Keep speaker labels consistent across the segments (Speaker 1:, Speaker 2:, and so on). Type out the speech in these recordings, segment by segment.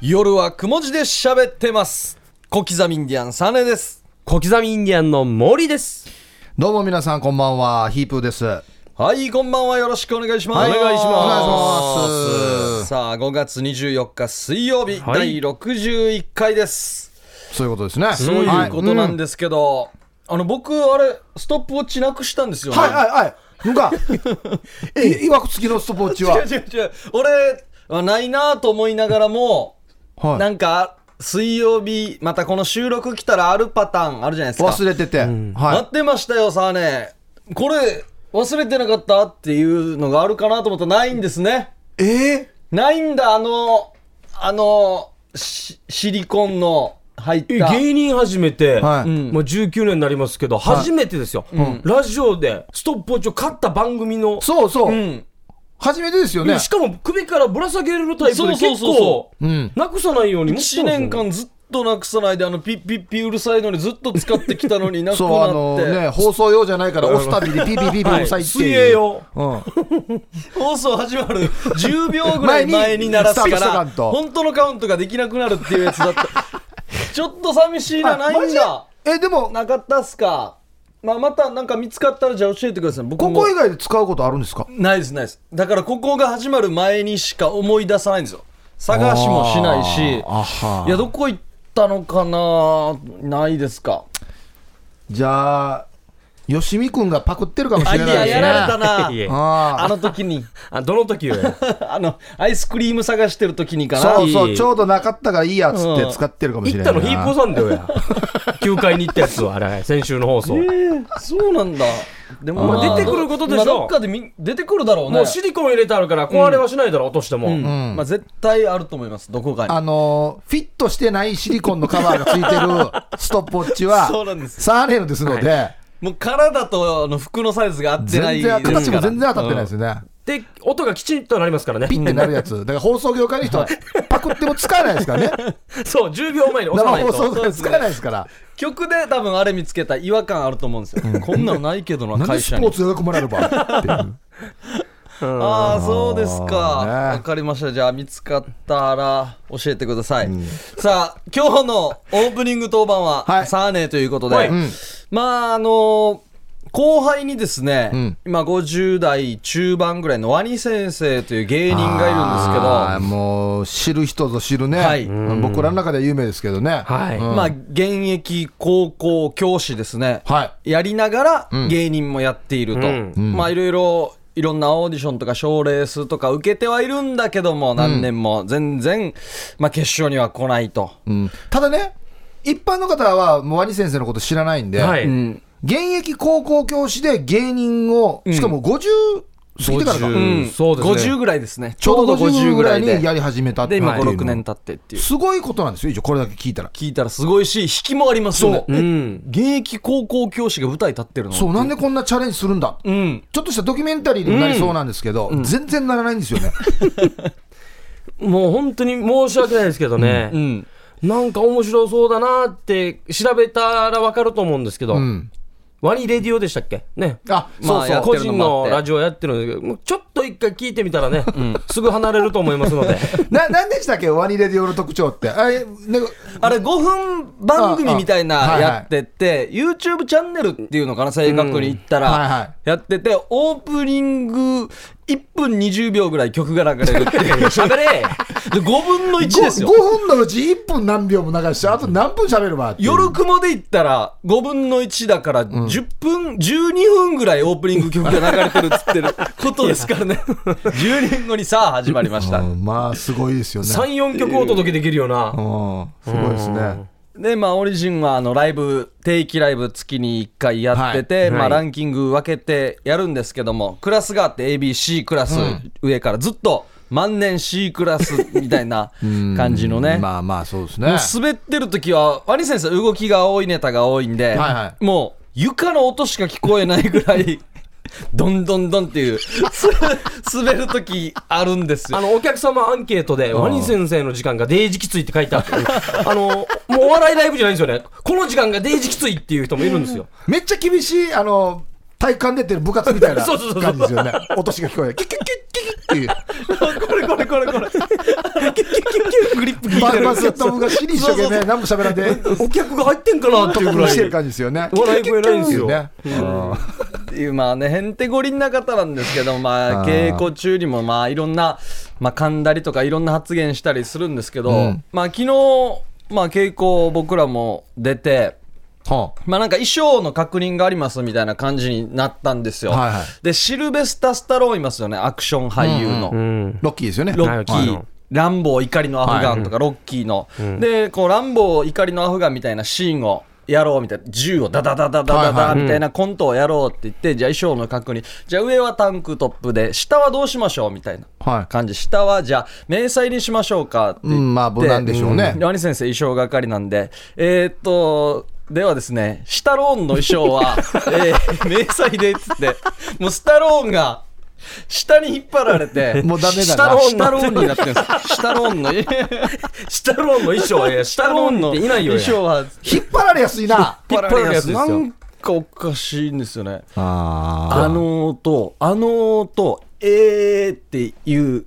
Speaker 1: 夜はくも字で喋ってます小刻みインディアンサネです
Speaker 2: 小刻みインディアンの森です。
Speaker 3: どうも皆さんこんばんはヒープーですは
Speaker 1: はいこんばんはよろしくお願いします、
Speaker 2: はいお願いします
Speaker 3: お願いします
Speaker 1: さあ5月24日水曜日、
Speaker 2: は
Speaker 1: 第
Speaker 2: い
Speaker 1: 61回です
Speaker 3: そういうことですね
Speaker 1: と
Speaker 3: そう
Speaker 1: いうこと
Speaker 3: は
Speaker 1: ないんですけど、あの僕あれストップウォッチなくしたんですよね、
Speaker 3: はいはいはいなんかえいわくつきのストップウォッチは
Speaker 1: 違う違う違う俺あないなぁと思いながらも、
Speaker 3: はい
Speaker 1: なんか水曜日またこの収録来たらあるパターンあるじゃないですか
Speaker 3: 忘れてて
Speaker 1: 待
Speaker 3: は
Speaker 1: ってましたよサーネこれ忘れてなかったっていうのがあるかなと思ったらないんですね
Speaker 3: いえ
Speaker 1: ないんだあのあのシシリコンの入っ
Speaker 2: え
Speaker 1: た
Speaker 2: 芸人始めて、
Speaker 3: は
Speaker 2: う
Speaker 3: い
Speaker 2: んもう19年になりますけど、初めてですよ、ラジオでストップウォッチを買った番組の、
Speaker 3: そうそううん初めてですよね
Speaker 2: しかも首からぶら下げれるタイプ
Speaker 1: そう
Speaker 2: で
Speaker 1: そう
Speaker 2: 結
Speaker 1: そうそ
Speaker 2: 構
Speaker 3: ううん
Speaker 2: なくさないように持って
Speaker 1: 1
Speaker 2: た
Speaker 1: 年
Speaker 2: ん
Speaker 1: 間
Speaker 2: ですよね
Speaker 1: ずっとなくさないであのピッピッピうるさいのにずっと使ってきたのになく
Speaker 3: そうあ
Speaker 1: な
Speaker 3: のね
Speaker 1: って
Speaker 3: 放送用じゃないから押すたびにピーピーピーピーうるさいって
Speaker 2: 水
Speaker 3: い
Speaker 2: 泳
Speaker 3: う
Speaker 2: 用
Speaker 3: うん
Speaker 1: 放送始まる10秒ぐらい前
Speaker 3: 前に
Speaker 1: に鳴らすか
Speaker 3: スタートしたからんと
Speaker 1: 本当のカウントができなくなるっていうやつだった ちょっと寂しいなな
Speaker 3: あマ
Speaker 1: いん
Speaker 3: ジ
Speaker 1: だ
Speaker 3: えでも
Speaker 1: なかったっすか、まあ、またなんか見つかったらじゃあ教えてください僕も
Speaker 3: ここ以外で使うことあるんですか
Speaker 1: ないですないですだからここが始まる前にしか思い出さないんですよ探しもしないし
Speaker 3: あはい
Speaker 1: やどこ行ったのかなないですか
Speaker 3: じゃあよしみくんがパクってるかもし
Speaker 1: あい
Speaker 3: れないです
Speaker 1: や
Speaker 3: ね
Speaker 1: やられたな
Speaker 2: いえ
Speaker 3: あー
Speaker 1: あの時に
Speaker 2: あどの時よ
Speaker 1: あのアイスクリーム探してる時にかな
Speaker 3: そうそ、
Speaker 2: いう
Speaker 3: ちょうどなかったからいいやっつって使ってるかもし
Speaker 2: 行
Speaker 3: れ
Speaker 2: っ
Speaker 3: な
Speaker 2: た
Speaker 3: い
Speaker 2: の
Speaker 3: な。
Speaker 2: ヒーポーさんだよや9階に行ったやつはあれ先週の放送、
Speaker 1: えーそうなんだでも、
Speaker 2: まあ出てくることでしょ
Speaker 1: まあどっかでみ出てくるだろうね
Speaker 2: もうシリコン入れてあるから壊れはしないだろ、落としても、
Speaker 1: うんまあ、絶対あると思いますどこかに
Speaker 3: あのーフィットしてないシリコンのカバーがつい てるストップウォッチは、
Speaker 1: そうなんです
Speaker 3: サーレーヌですので、
Speaker 1: もう体とあの服のサイズが合ってない
Speaker 3: 全
Speaker 1: ですか
Speaker 3: 然、
Speaker 1: ら
Speaker 3: 形も全然当たってないですよね。
Speaker 2: で音がきちんとなりますからね
Speaker 3: ピンってなる やつ。だから放送業界の人は、パクっても使えないですからね。
Speaker 2: そう10秒前に押さ
Speaker 3: 生
Speaker 2: ない
Speaker 3: 放
Speaker 2: と
Speaker 3: 送業界使えないですから。
Speaker 1: 曲で多分あれ見つけた違和感あると思うんですよ、こんなのないけどな
Speaker 3: なんで
Speaker 1: 会
Speaker 3: ス
Speaker 1: 社
Speaker 3: ポー
Speaker 1: に
Speaker 3: ツやらくもらえれば っていう。
Speaker 1: ああそうですか
Speaker 3: ね
Speaker 1: わ、かりましたじゃあ見つかったら教えてください、さあ今日のオープニング当番は、
Speaker 3: はい
Speaker 1: サーネーということで、
Speaker 2: はい
Speaker 3: うん
Speaker 1: まああの後輩にですね、
Speaker 3: ん
Speaker 1: 今50代中盤ぐらいのワニ先生という芸人がいるんですけど
Speaker 3: あーもう、知る人ぞ知るね。
Speaker 1: はい
Speaker 3: うん僕らの中では有名ですけどね。
Speaker 2: はい
Speaker 3: うん
Speaker 1: まあ現役高校教師ですね、
Speaker 3: はい。
Speaker 1: やりながら芸人もやっていると、
Speaker 2: うん
Speaker 1: まあいろいろいろんなオーディションとか賞レースとか受けてはいるんだけども何年も全然、まあ、決勝には来ないと、
Speaker 3: うんただね、一般の方は、もうワニ先生のこと知らないんで、
Speaker 2: はい、
Speaker 1: うん
Speaker 3: 現役高校教師で芸人を、しかも50過ぎてからか、
Speaker 2: 50うんそうですね
Speaker 1: 50ぐらいですねち
Speaker 3: ちょ
Speaker 1: ょ
Speaker 3: う
Speaker 1: うど
Speaker 3: ど50
Speaker 1: 50ぐ
Speaker 3: ぐ
Speaker 1: ら
Speaker 3: らい
Speaker 1: い
Speaker 3: に
Speaker 1: で
Speaker 3: やり始めたって
Speaker 1: で
Speaker 3: いうの
Speaker 1: 今56年経ってっていう
Speaker 3: すごいことなんですよ、以上、これだけ聞いたら。
Speaker 1: 聞いたらすごいし引きもありますよね
Speaker 3: そう
Speaker 1: え
Speaker 2: ん
Speaker 1: 現役高校教師が舞台立ってるの
Speaker 3: そう、なんでこんなチャレンジするんだ、
Speaker 1: うん
Speaker 3: ちょっとしたドキュメンタリーにもなりそうなんですけど、全然ならないんで すよね。
Speaker 2: もう本当に申し訳ないですけどね、
Speaker 1: うん
Speaker 2: なんか面白そうだなって調べたら分かると思うんですけど、
Speaker 3: うん、
Speaker 2: ワニレディオでしたっけね。
Speaker 3: あ
Speaker 1: まあ
Speaker 3: そう
Speaker 1: や
Speaker 3: そ
Speaker 1: っ
Speaker 3: う、
Speaker 1: てる
Speaker 2: 個
Speaker 1: の
Speaker 2: 人
Speaker 1: もあって
Speaker 2: のラジオやってるんですけど、もうちょっと一回聞いてみた らね、すぐ離れると思いますので。
Speaker 3: ななんでしたっけ、ワニレディオの特徴って。あれね
Speaker 1: あれ5分番組みたい
Speaker 3: あ
Speaker 1: な
Speaker 3: あ
Speaker 1: やってて、YouTube チャンネルっていうのかな正確に言った
Speaker 3: うんはいは
Speaker 1: らやっててオープニング1分20秒ぐらい曲が流れるっていう
Speaker 2: 喋れ
Speaker 1: で5分の1
Speaker 3: 5,
Speaker 1: ですよ
Speaker 3: 分のうち1分何秒も流して、あと何分喋ればっていう
Speaker 1: 夜雲で言ったら5分の1だから10分、12分ぐらいオープニング曲が流れてるっつってることですからね10年後にさあ始まりました
Speaker 3: うんまあ、すごいですよね。
Speaker 2: !3、4曲お届けできるような。
Speaker 3: うんすごいですね。
Speaker 1: でまあオリジンはあのライブ定期ライブ月に1回やってて、
Speaker 2: はい
Speaker 1: まあ、
Speaker 2: はい
Speaker 1: ランキング分けてやるんですけどもクラスがあって ABC クラス上からずっと万年 C クラスみたいな感じのね、
Speaker 3: まあまあ、そうです
Speaker 1: もう
Speaker 3: ね。
Speaker 1: 滑ってる時はワニ先生動きが多いネタが多いんで、
Speaker 3: はいはい
Speaker 1: もう床の音しか聞こえないぐらいどんどんどんっていうす 滑る時あるんですよ
Speaker 2: あの、お客様アンケートで、ワニ先生の時間がデージきついって書いてあって、あの、もうお笑いライブじゃないんですよね。この時間がデージきついっていう人もいるん ですよ。
Speaker 3: めっちゃ厳しい、あの、体育館出てる部活みたいな
Speaker 2: そうそうそう
Speaker 3: 感じですよね。落と しが聞こえない。キュッキュッキュッキュッキュッっていう。
Speaker 1: これこれこれこれグリップグリ
Speaker 3: ババスケット部が死に一生懸命何も喋らんで、
Speaker 2: お客が入ってんかなっていうぐ
Speaker 3: に
Speaker 2: らい
Speaker 3: し てる感じですよね。
Speaker 2: 笑い声ないんですよ、
Speaker 3: ね。
Speaker 1: っていうまあねへんてこりんな方なんですけどま
Speaker 3: あ
Speaker 1: あ
Speaker 3: ー
Speaker 1: 稽古中にもまあいろんな、まあ、噛んだりとかいろんな発言したりするんですけど、
Speaker 3: うん
Speaker 1: まあ昨日まあ稽古僕らも出て
Speaker 3: は
Speaker 1: まあなんか衣装の確認がありますみたいな感じになったんですよ、
Speaker 3: はいはい
Speaker 1: でシルベスタ・スタローンいますよねアクション俳優の、
Speaker 2: うん、
Speaker 3: ロッキーですよね。
Speaker 1: ロ
Speaker 2: は
Speaker 1: ッ
Speaker 2: い
Speaker 1: キー、ランボー怒りのアフガンとか、ロッキーの、でこうランボー怒りのアフガンみたいなシーンをやろうみたいな銃をダダダダダダ
Speaker 3: はいは
Speaker 1: ダみたいなコントをやろうって言って、じゃあ衣装の確認じゃあ上はタンクトップで下はどうしましょうみたいな
Speaker 3: は
Speaker 1: 感じ下はじゃあ迷彩にしましょうかって
Speaker 3: い。う
Speaker 1: 言って
Speaker 3: ん、まあ無難でしょうね
Speaker 1: で。ワニ先生衣装係なんでえーっとではですねスタローンの衣装は、えー迷彩でっつってもうスタローンが下に引っ張られて
Speaker 3: もうダメだな
Speaker 1: スタローンスタローンになってるんですスタローンの
Speaker 2: シタローンの衣装は、いや シタローンのっていないよ。い
Speaker 1: 衣
Speaker 2: や
Speaker 1: 装は引っ
Speaker 3: 引っ張られやすいな。
Speaker 2: 引っ張るやつです
Speaker 1: な
Speaker 2: よ
Speaker 1: んかおかしいんですよね
Speaker 3: あ
Speaker 1: あのーとあのーとえーっていう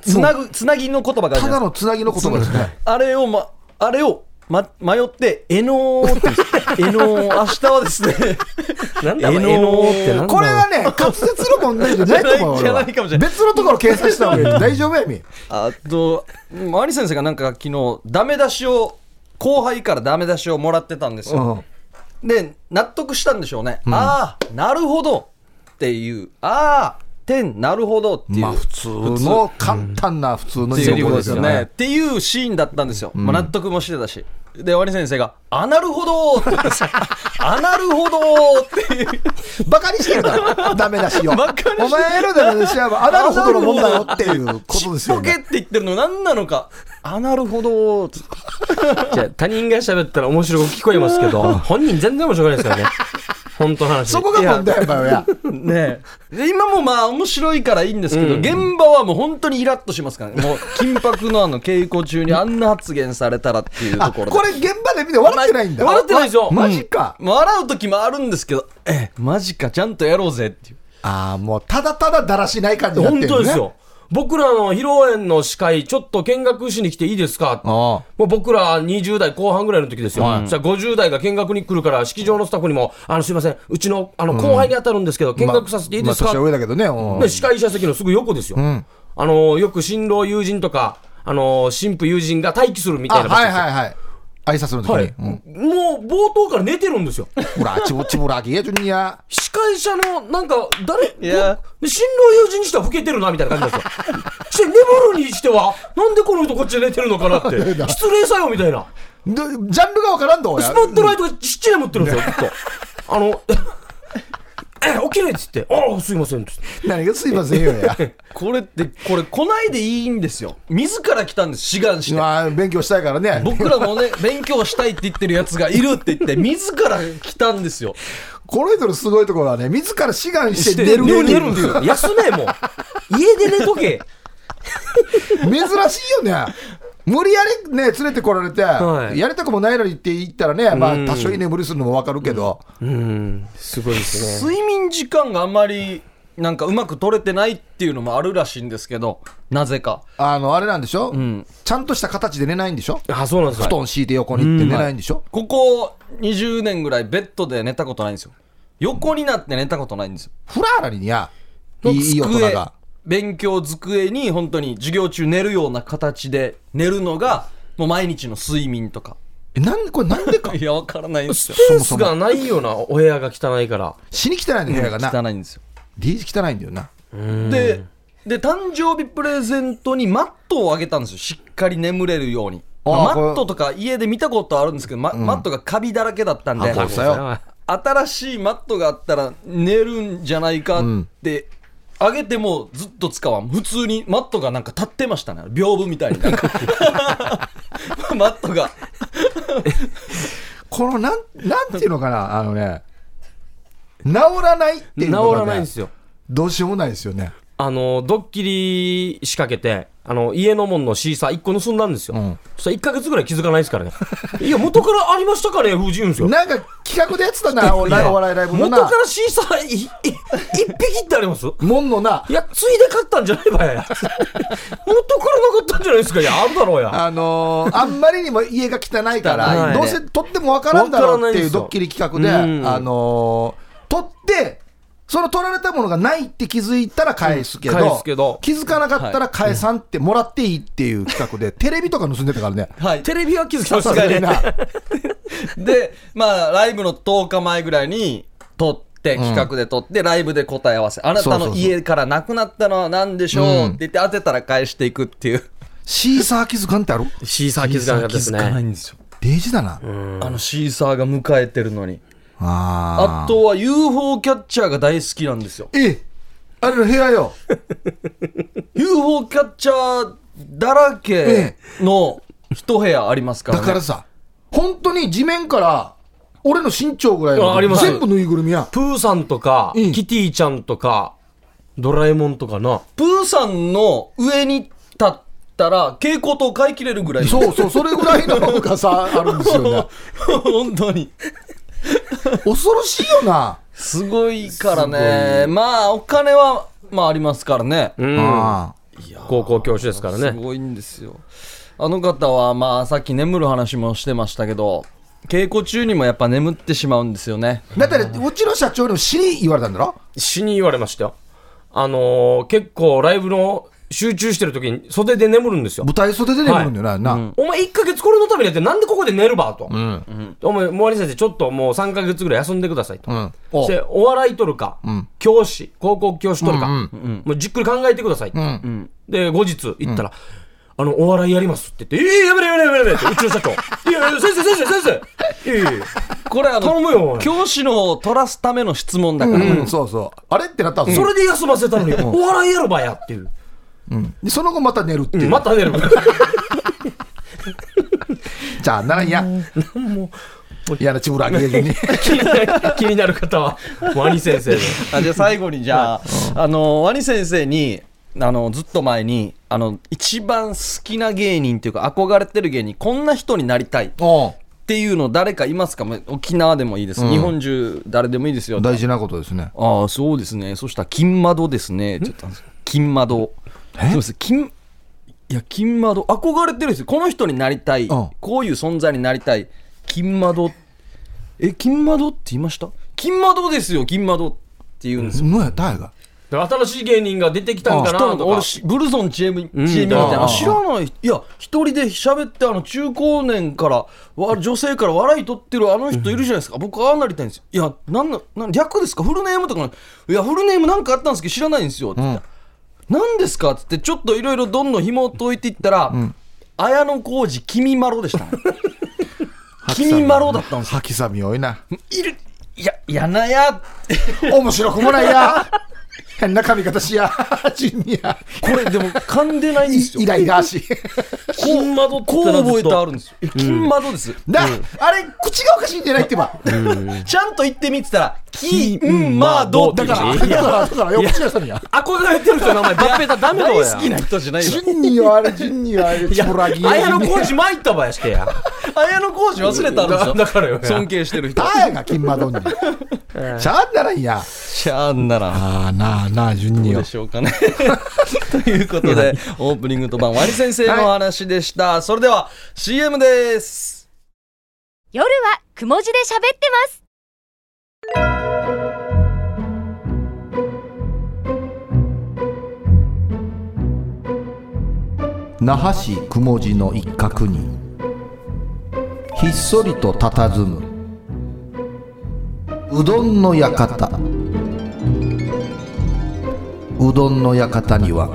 Speaker 1: つなぐつなぎの言葉があるじゃないです
Speaker 3: た
Speaker 1: か
Speaker 3: だのつなぎの言葉ですね。
Speaker 1: あれを、ま、あれを、ま、迷って、えのーって言うんですよ、えのー、明日はですね、
Speaker 2: なんだろう、
Speaker 1: え
Speaker 2: え
Speaker 1: の
Speaker 2: の
Speaker 1: ー
Speaker 2: ーってなんだろう
Speaker 3: これはね、滑舌の問題じゃないと思う
Speaker 1: じゃ
Speaker 3: よ
Speaker 1: ないじゃな
Speaker 3: 俺
Speaker 1: いかも
Speaker 3: は
Speaker 1: しれない
Speaker 3: 別のところ計算した方がいい。大丈夫やみ。
Speaker 1: あと、マリ先生がなんか昨日、ダメ出しを、後輩からダメ出しをもらってたんですよ。で、納得したんでしょうね。ああ、なるほどっていう、ああ、天、なるほどっていう。
Speaker 3: まあ普通の簡単な普通の
Speaker 1: セリフ
Speaker 3: 語
Speaker 1: ですよね。っ。ていうシーンだったんですよ、まあ、納得もしてたし。で、ワニ先生が、あ、なるほどーって言ったん ですよあ、なるほどーっていう。
Speaker 3: バカにしてる から、ダメだしよ。お
Speaker 1: バカにしてる
Speaker 3: 前のダメ出しは、あなるほどのもんだよっていうことですよ
Speaker 1: ボケっ
Speaker 3: ね。
Speaker 1: て言ってるの何なのか。あ、なるほど。つって
Speaker 2: じゃあ他人が喋ったら面白く聞こえますけ ど、本人全然面白くないです からね。本当の話。
Speaker 3: そこが問題やっぱや。
Speaker 1: ねえで今もまあ面白いからいいんですけど、現場はもう本当にイラッとしますからね。もう緊迫のあの稽古中にあんな発言されたらっていうと
Speaker 3: あ、
Speaker 1: ころで。
Speaker 3: これ現場で見て笑ってないんだ。
Speaker 2: 笑ってないですよ。
Speaker 3: マジか。
Speaker 1: 笑う時もあるんですけど、ええ、マジか、ちゃんとやろうぜっていう。
Speaker 3: ああ、もうただただだらしない感じになって
Speaker 2: 本当
Speaker 3: るね。
Speaker 2: です。よ。僕らの披露宴の司会、ちょっと見学しに来ていいですかって
Speaker 3: あ
Speaker 2: もう僕ら20代後半ぐらいの時ですよ、じゃあ50代が見学に来るから、式場のスタッフにも、あのすみません、うちのあの後輩に当たるんですけど、見学させていいです
Speaker 3: ま
Speaker 2: か、
Speaker 3: あ年は上だけどね。うん
Speaker 2: で司会者席のすぐ横ですよ、あのよく新郎友人とか、あの新婦友人が待機するみたい
Speaker 3: あ、
Speaker 2: な場所
Speaker 3: は
Speaker 2: で
Speaker 3: い
Speaker 2: すよ
Speaker 3: はいはい。挨拶の時
Speaker 2: は
Speaker 3: に
Speaker 2: い。
Speaker 3: うん
Speaker 2: もう冒頭から寝てるんですよ、
Speaker 3: ほら、ちぼちぼら、ゲージュニア。
Speaker 2: 司会者のなんか、誰、
Speaker 1: いや
Speaker 2: こで新郎友人にしては老けてるなみたいな感じ なんですよ、して眠るにしては、なんでこの人、こっちで寝てるのかな って、失礼さよみたいな。
Speaker 3: でジャンルがわからんど、
Speaker 2: スポットライトがちっちゃいの持ってるんですよ、ずっと。あの、 え、起きれっつって、ああ、すいませんっつって。
Speaker 3: 何がすいませんよや。
Speaker 1: これって、これ来ないでいいんですよ。自ら来たんです、志願して。
Speaker 3: まあ、勉強したいからね。
Speaker 1: 僕らもね、勉強したいって言ってるやつがいるって言って、自ら来たんですよ。
Speaker 3: この人のすごいところはね、自ら志願して
Speaker 2: 寝
Speaker 3: 出
Speaker 2: る
Speaker 3: る芸
Speaker 2: 寝
Speaker 3: 人
Speaker 2: る
Speaker 3: っ
Speaker 2: ってて
Speaker 3: い
Speaker 2: いう。休め、もう。家で寝とけ。
Speaker 3: う。珍しいよね。無理やりね、連れてこられて、
Speaker 2: はい
Speaker 3: やりたくもないのにって言ったらね、まあ、多少いいね、無理するのもわかるけど、
Speaker 2: うん、すごいですね。
Speaker 1: 睡眠時間があんまりなんかうまく取れてないっていうのもあるらしいんですけどなぜか
Speaker 3: あの、あれなんでしょ、ちゃんとした形で寝ないんでしょ
Speaker 2: あ、そうなんです
Speaker 3: 布
Speaker 2: よ。
Speaker 3: 団敷いて横に行って寝ないんでしょ、
Speaker 1: ここ20年ぐらいベッドで寝たことないんですよ横になって寝たことないんですよ
Speaker 3: フラーラにや、いいいい大人が。
Speaker 1: 勉強机に本当に授業中寝るような形で寝るのがもう毎日の睡眠とか
Speaker 3: え、なんで、これなん でか
Speaker 1: いやわからないんですよ
Speaker 2: スペースがないようなお部屋が汚いから。
Speaker 3: 死に汚いんだよ、部屋がな。
Speaker 1: 汚いんですよ
Speaker 3: D 字汚いんだよな。
Speaker 1: でで誕生日プレゼントにマットをあげたんですよしっかり眠れるように
Speaker 3: あー
Speaker 1: マ
Speaker 3: これ
Speaker 1: ットとか家で見たことあるんですけど、まマットがカビだらけだったんで
Speaker 3: あそうだよ
Speaker 1: 新しいマットがあったら寝るんじゃないかって、あげてもずっと使わん普通にマットがなんか立ってましたね屏風みたいにマ ットが
Speaker 3: このなん、なんていうのかな、あのね、治らないっていう
Speaker 2: 治
Speaker 3: のがね
Speaker 2: らないんですよ。
Speaker 3: どうしようもないですよね。
Speaker 2: あの、ドッキリ仕掛けて、あの、家の門のシーサー1個盗んだんですよ。
Speaker 3: うん
Speaker 2: そしたら1ヶ月ぐらい気づかないですからね。いや、元からありましたかね、風神言うんですよ。
Speaker 3: なんか企画でやってたな、お笑いお笑いライブの
Speaker 2: 元
Speaker 3: な。
Speaker 2: からシーサーいい一匹ってあります
Speaker 3: もんのな、
Speaker 2: いや、ついで買ったんじゃないばや。元からなかったんじゃないですか。いや、あるだろうや。
Speaker 3: あのーあんまりにも家が汚いから、
Speaker 2: 汚い
Speaker 3: どうせ撮ってもわからんだろうっていうドッキリ企画で、
Speaker 2: わからないですようん
Speaker 3: あのー撮って、その撮られたものがないって気づいたら返すけど、
Speaker 2: うん返すけど
Speaker 3: 気づかなかったら返さんってもらっていいっていう企画で、テレビとか盗んでたからね。
Speaker 1: はい、
Speaker 2: テレビは気づきま
Speaker 1: さ
Speaker 2: し
Speaker 1: すが
Speaker 2: たね
Speaker 1: に。 で、まあ、ライブの10日前ぐらいに撮って、企画で撮って、ライブで答え合わせ。あなた
Speaker 3: そうそう
Speaker 1: の
Speaker 3: そう
Speaker 1: 家からなくなったのは何でしょう
Speaker 3: うん
Speaker 1: って言って当てたら返していくっていう。
Speaker 3: シーサー気づかんってある
Speaker 2: シーサー気づかなかったです
Speaker 1: 気づかない
Speaker 2: ね。
Speaker 1: んですよ。
Speaker 3: デージだな。
Speaker 1: あのシーサーが迎えてるのに。
Speaker 3: あ
Speaker 1: あとは UFO キャッチャーが大好きなんですよ。
Speaker 3: ー。ええ、あれの部屋よ。
Speaker 1: UFO キャッチャーだらけの一部屋ありますから、
Speaker 3: だ
Speaker 1: ね。
Speaker 3: からさ、本当に地面から、俺の身長ぐらい
Speaker 2: ああり
Speaker 3: の
Speaker 2: ます
Speaker 3: 全部ぬいぐるみやん。
Speaker 2: プーさんとか、
Speaker 3: うん
Speaker 2: キティちゃんとか、ドラえもんとかな。
Speaker 1: プーさんの上に立ったら蛍光灯買い切れるぐらいの
Speaker 3: そうそう、それぐらいの方がさ、あるんですよね。
Speaker 1: 本当に
Speaker 3: 恐ろしいよな。
Speaker 1: すごいからねまあお金はまあありますからね、
Speaker 2: うん。
Speaker 3: あ
Speaker 2: 高校教師ですから
Speaker 1: す
Speaker 2: ね。
Speaker 1: ごいんですよあの方はまあさっき眠る話もしてましたけど稽古中にもやっぱ眠ってしまうんですよね
Speaker 3: あだってね、うちの社長にも死に言われたんだろ
Speaker 2: 死に言われましたよ。あのー、結構ライブの集中してる時に袖で眠るんですよ
Speaker 3: 舞。台袖で眠るんだよな。な
Speaker 2: お前1ヶ月これのためにやってなんでここで寝るばと。お前、モアリ先生ちょっともう3ヶ月ぐらい休んでくださいと。
Speaker 3: うん
Speaker 2: そしてお笑い取るか、教師、高校教師取るか、
Speaker 3: うん
Speaker 2: もうじっくり考えてくださいって、
Speaker 3: ん
Speaker 2: で、後日行ったら、あの、お笑いやりますって言って、ええやめれやめれやめれやめれって、うちの社長。いやいや、先生、先生、先生。いやいやいや
Speaker 1: これあ
Speaker 2: 頼むよお
Speaker 1: の
Speaker 2: い
Speaker 1: 教師のを取らすための質問だから、
Speaker 3: うんそうそう。あれってなったんです
Speaker 2: そ
Speaker 3: よ。
Speaker 2: れで休ませたのに、お笑いやるばやっていう。
Speaker 3: でその後また寝るっていう。
Speaker 2: また寝る。
Speaker 3: じゃあ、ならんや。嫌なちぶらあげ ずに。
Speaker 2: 気になる気になる方は、ワニ先生で。
Speaker 1: あじゃあ最後にじゃあ、あのワニ先生にあのずっと前にあの一番好きな芸人っていうか憧れてる芸人こんな人になりたいっ
Speaker 3: お
Speaker 1: ていうの誰かいますかもう沖縄でもいいです、日本中誰でもいいですよ
Speaker 3: う大事なことですね。
Speaker 1: ああそうですねそしたら金窓ですねって言ったんです金窓そうです金いや金窓憧れてるんですよこの人になりたい、
Speaker 3: ん
Speaker 1: こういう存在になりたい金窓え金窓って言いました金窓ですよ金窓って言うんですよ
Speaker 3: のや、誰が
Speaker 2: 新しい芸人が出てきたんか
Speaker 1: 人
Speaker 2: なと
Speaker 1: の
Speaker 2: か
Speaker 1: 俺。しブルゾンチエミチエ
Speaker 2: ん
Speaker 1: ミみたい
Speaker 2: あ
Speaker 1: な
Speaker 3: あ
Speaker 1: 知らないいや一人で喋ってあの中高年からわ女性から笑い取ってるあの人いるじゃないですか僕ああなりたいんですよいやなんななん略ですかフルネームとかないやフルネームなんかあったんですけど知らないんですよって言ったら何ですかっつってちょっといろいろどんどん紐を解いていったら、綾小路君まろで したね君まろだったんですよ
Speaker 3: 吐きさみ多いな。
Speaker 1: いるいややなやって
Speaker 3: 面白くもないや。 変な髪型しや。ジュニア。
Speaker 1: これでも噛んでないんですよ
Speaker 3: イライラし。
Speaker 2: 金窓って
Speaker 1: こう
Speaker 2: なずっと
Speaker 1: 覚えてあるんですよえ金窓です、
Speaker 3: な、あれ、口がおかしいんじゃないってば。
Speaker 1: ちゃんと言ってみてたら、キンマドって
Speaker 3: だ
Speaker 1: 言う
Speaker 3: から、
Speaker 1: し
Speaker 3: だから、だから、よく知らせにや。
Speaker 2: 憧れてる人の名前、バッペタダメだわ
Speaker 1: 大
Speaker 2: や
Speaker 1: 好。きな人じゃない
Speaker 3: ジ
Speaker 1: よ。
Speaker 3: ュニアあ れ、ジュニアあれ、
Speaker 2: い
Speaker 3: チ
Speaker 2: や、
Speaker 3: ブラギ。
Speaker 2: 綾野浩二参ったばやしてや。
Speaker 1: 綾小路忘れたんですよ。
Speaker 2: だだからよ
Speaker 1: 尊敬してる人。
Speaker 3: 誰が金馬 丼に。ちゃんならいいや。
Speaker 1: しゃあんなら。
Speaker 3: ああ、なあなあ、順
Speaker 1: ど
Speaker 3: に
Speaker 1: う
Speaker 3: よ
Speaker 1: で。しょうかね。 ということで、オープニングと番、ワニ先生のお話でした。それでは、CM です。
Speaker 4: 夜はくも字で喋ってます。
Speaker 3: 那覇市雲地の一角にひっそりと佇むうどんの館うどんの館には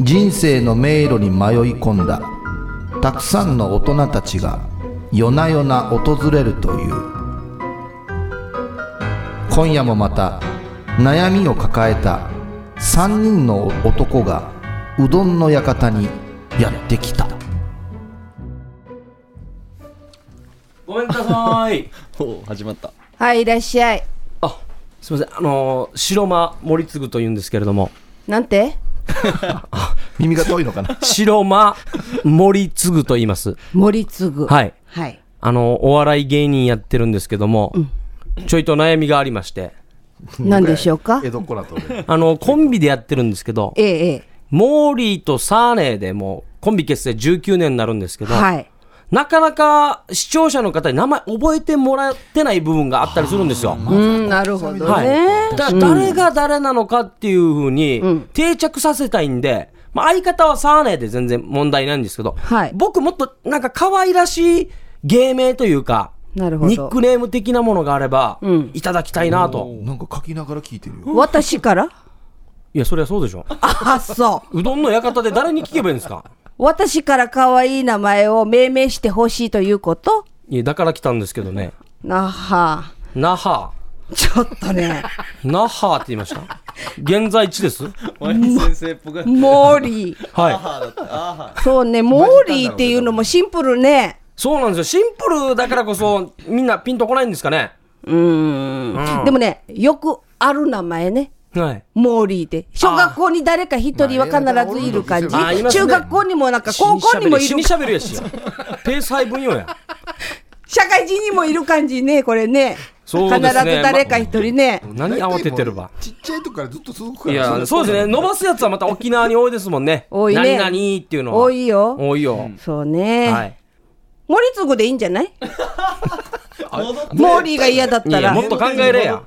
Speaker 3: 人生の迷路に迷い込んだたくさんの大人たちが夜な夜な訪れるという今夜もまた悩みを抱えた3人の男がうどんの館にやってきた
Speaker 2: ごめんなさい。
Speaker 1: おう始まった。
Speaker 5: はい、いらっしゃい。
Speaker 2: あ、すみません。あのー白間森次と言うんですけれども、
Speaker 5: なんて
Speaker 3: 耳が遠いのかな
Speaker 2: 白間森次と言います。
Speaker 5: 森次ぐ
Speaker 2: はい。
Speaker 5: はい
Speaker 2: あの、お笑い芸人やってるんですけども、ちょいと悩みがありまして、
Speaker 5: 何でしょうか
Speaker 3: 江戸っ子だと俺
Speaker 2: あの、コンビでやってるんですけど、
Speaker 5: えええ
Speaker 2: モーリーとサーネーでもうコンビ結成19年になるんですけ
Speaker 5: え
Speaker 2: ど、
Speaker 5: はい
Speaker 2: なかなか視聴者の方に名前覚えてもらってない部分があったりするんですよ。
Speaker 5: うんなるほど
Speaker 2: はい、
Speaker 5: ね
Speaker 2: だ誰が誰なのかっていうふうに
Speaker 5: ん
Speaker 2: 定着させたいんで、まあ、相方はサーネーで全然問題ないんですけど、
Speaker 5: はい
Speaker 2: 僕もっとなんか可愛らしい芸名というか
Speaker 5: なるほど
Speaker 2: ニックネーム的なものがあれば
Speaker 5: うん
Speaker 2: いただきたいなと、い
Speaker 3: なんか書きながら聞いてるよ
Speaker 5: 私から
Speaker 2: やそりゃそうでしょ
Speaker 5: あそう
Speaker 2: うどんの館で誰に聞けばいいんですか
Speaker 5: 私から可愛い名前を命名してほしいということ
Speaker 2: いやだから来たんですけどね
Speaker 5: なは
Speaker 2: 那覇
Speaker 5: ちょっとね
Speaker 2: 那覇って言いました現在地です
Speaker 1: マリン先生っぽくなって
Speaker 5: モーリー
Speaker 2: はい
Speaker 5: そうねモーリーっていうのもシンプルね
Speaker 2: そうなんですよシンプルだからこそみんなピンとこないんですかね
Speaker 5: うーんでもねよくある名前ね
Speaker 2: はい
Speaker 5: モーリーで小学校に誰か一人は必ずいる感じ、
Speaker 3: ま
Speaker 2: あいますね
Speaker 5: 中学校にもなんか高校にもい
Speaker 2: 死
Speaker 5: る
Speaker 2: にしゃべるやしやペース配分よや
Speaker 5: 社会人にもいる感じねこれね
Speaker 2: そうです
Speaker 5: 必
Speaker 2: ね
Speaker 5: ず誰か一人ね、
Speaker 2: 何慌ててるば
Speaker 3: ちっちゃい時からずっと続くか
Speaker 2: い
Speaker 3: ら
Speaker 2: やそうですね伸ばすやつはまた沖縄に多いですもんね
Speaker 5: 多いね
Speaker 2: 何々っていうのは
Speaker 5: 多いよ
Speaker 2: 多いよ、
Speaker 5: そうね、
Speaker 2: はい
Speaker 5: 森次でいいんじゃないモーリーが嫌だっ
Speaker 2: い
Speaker 5: た
Speaker 2: や
Speaker 5: ら
Speaker 2: もっと考えれや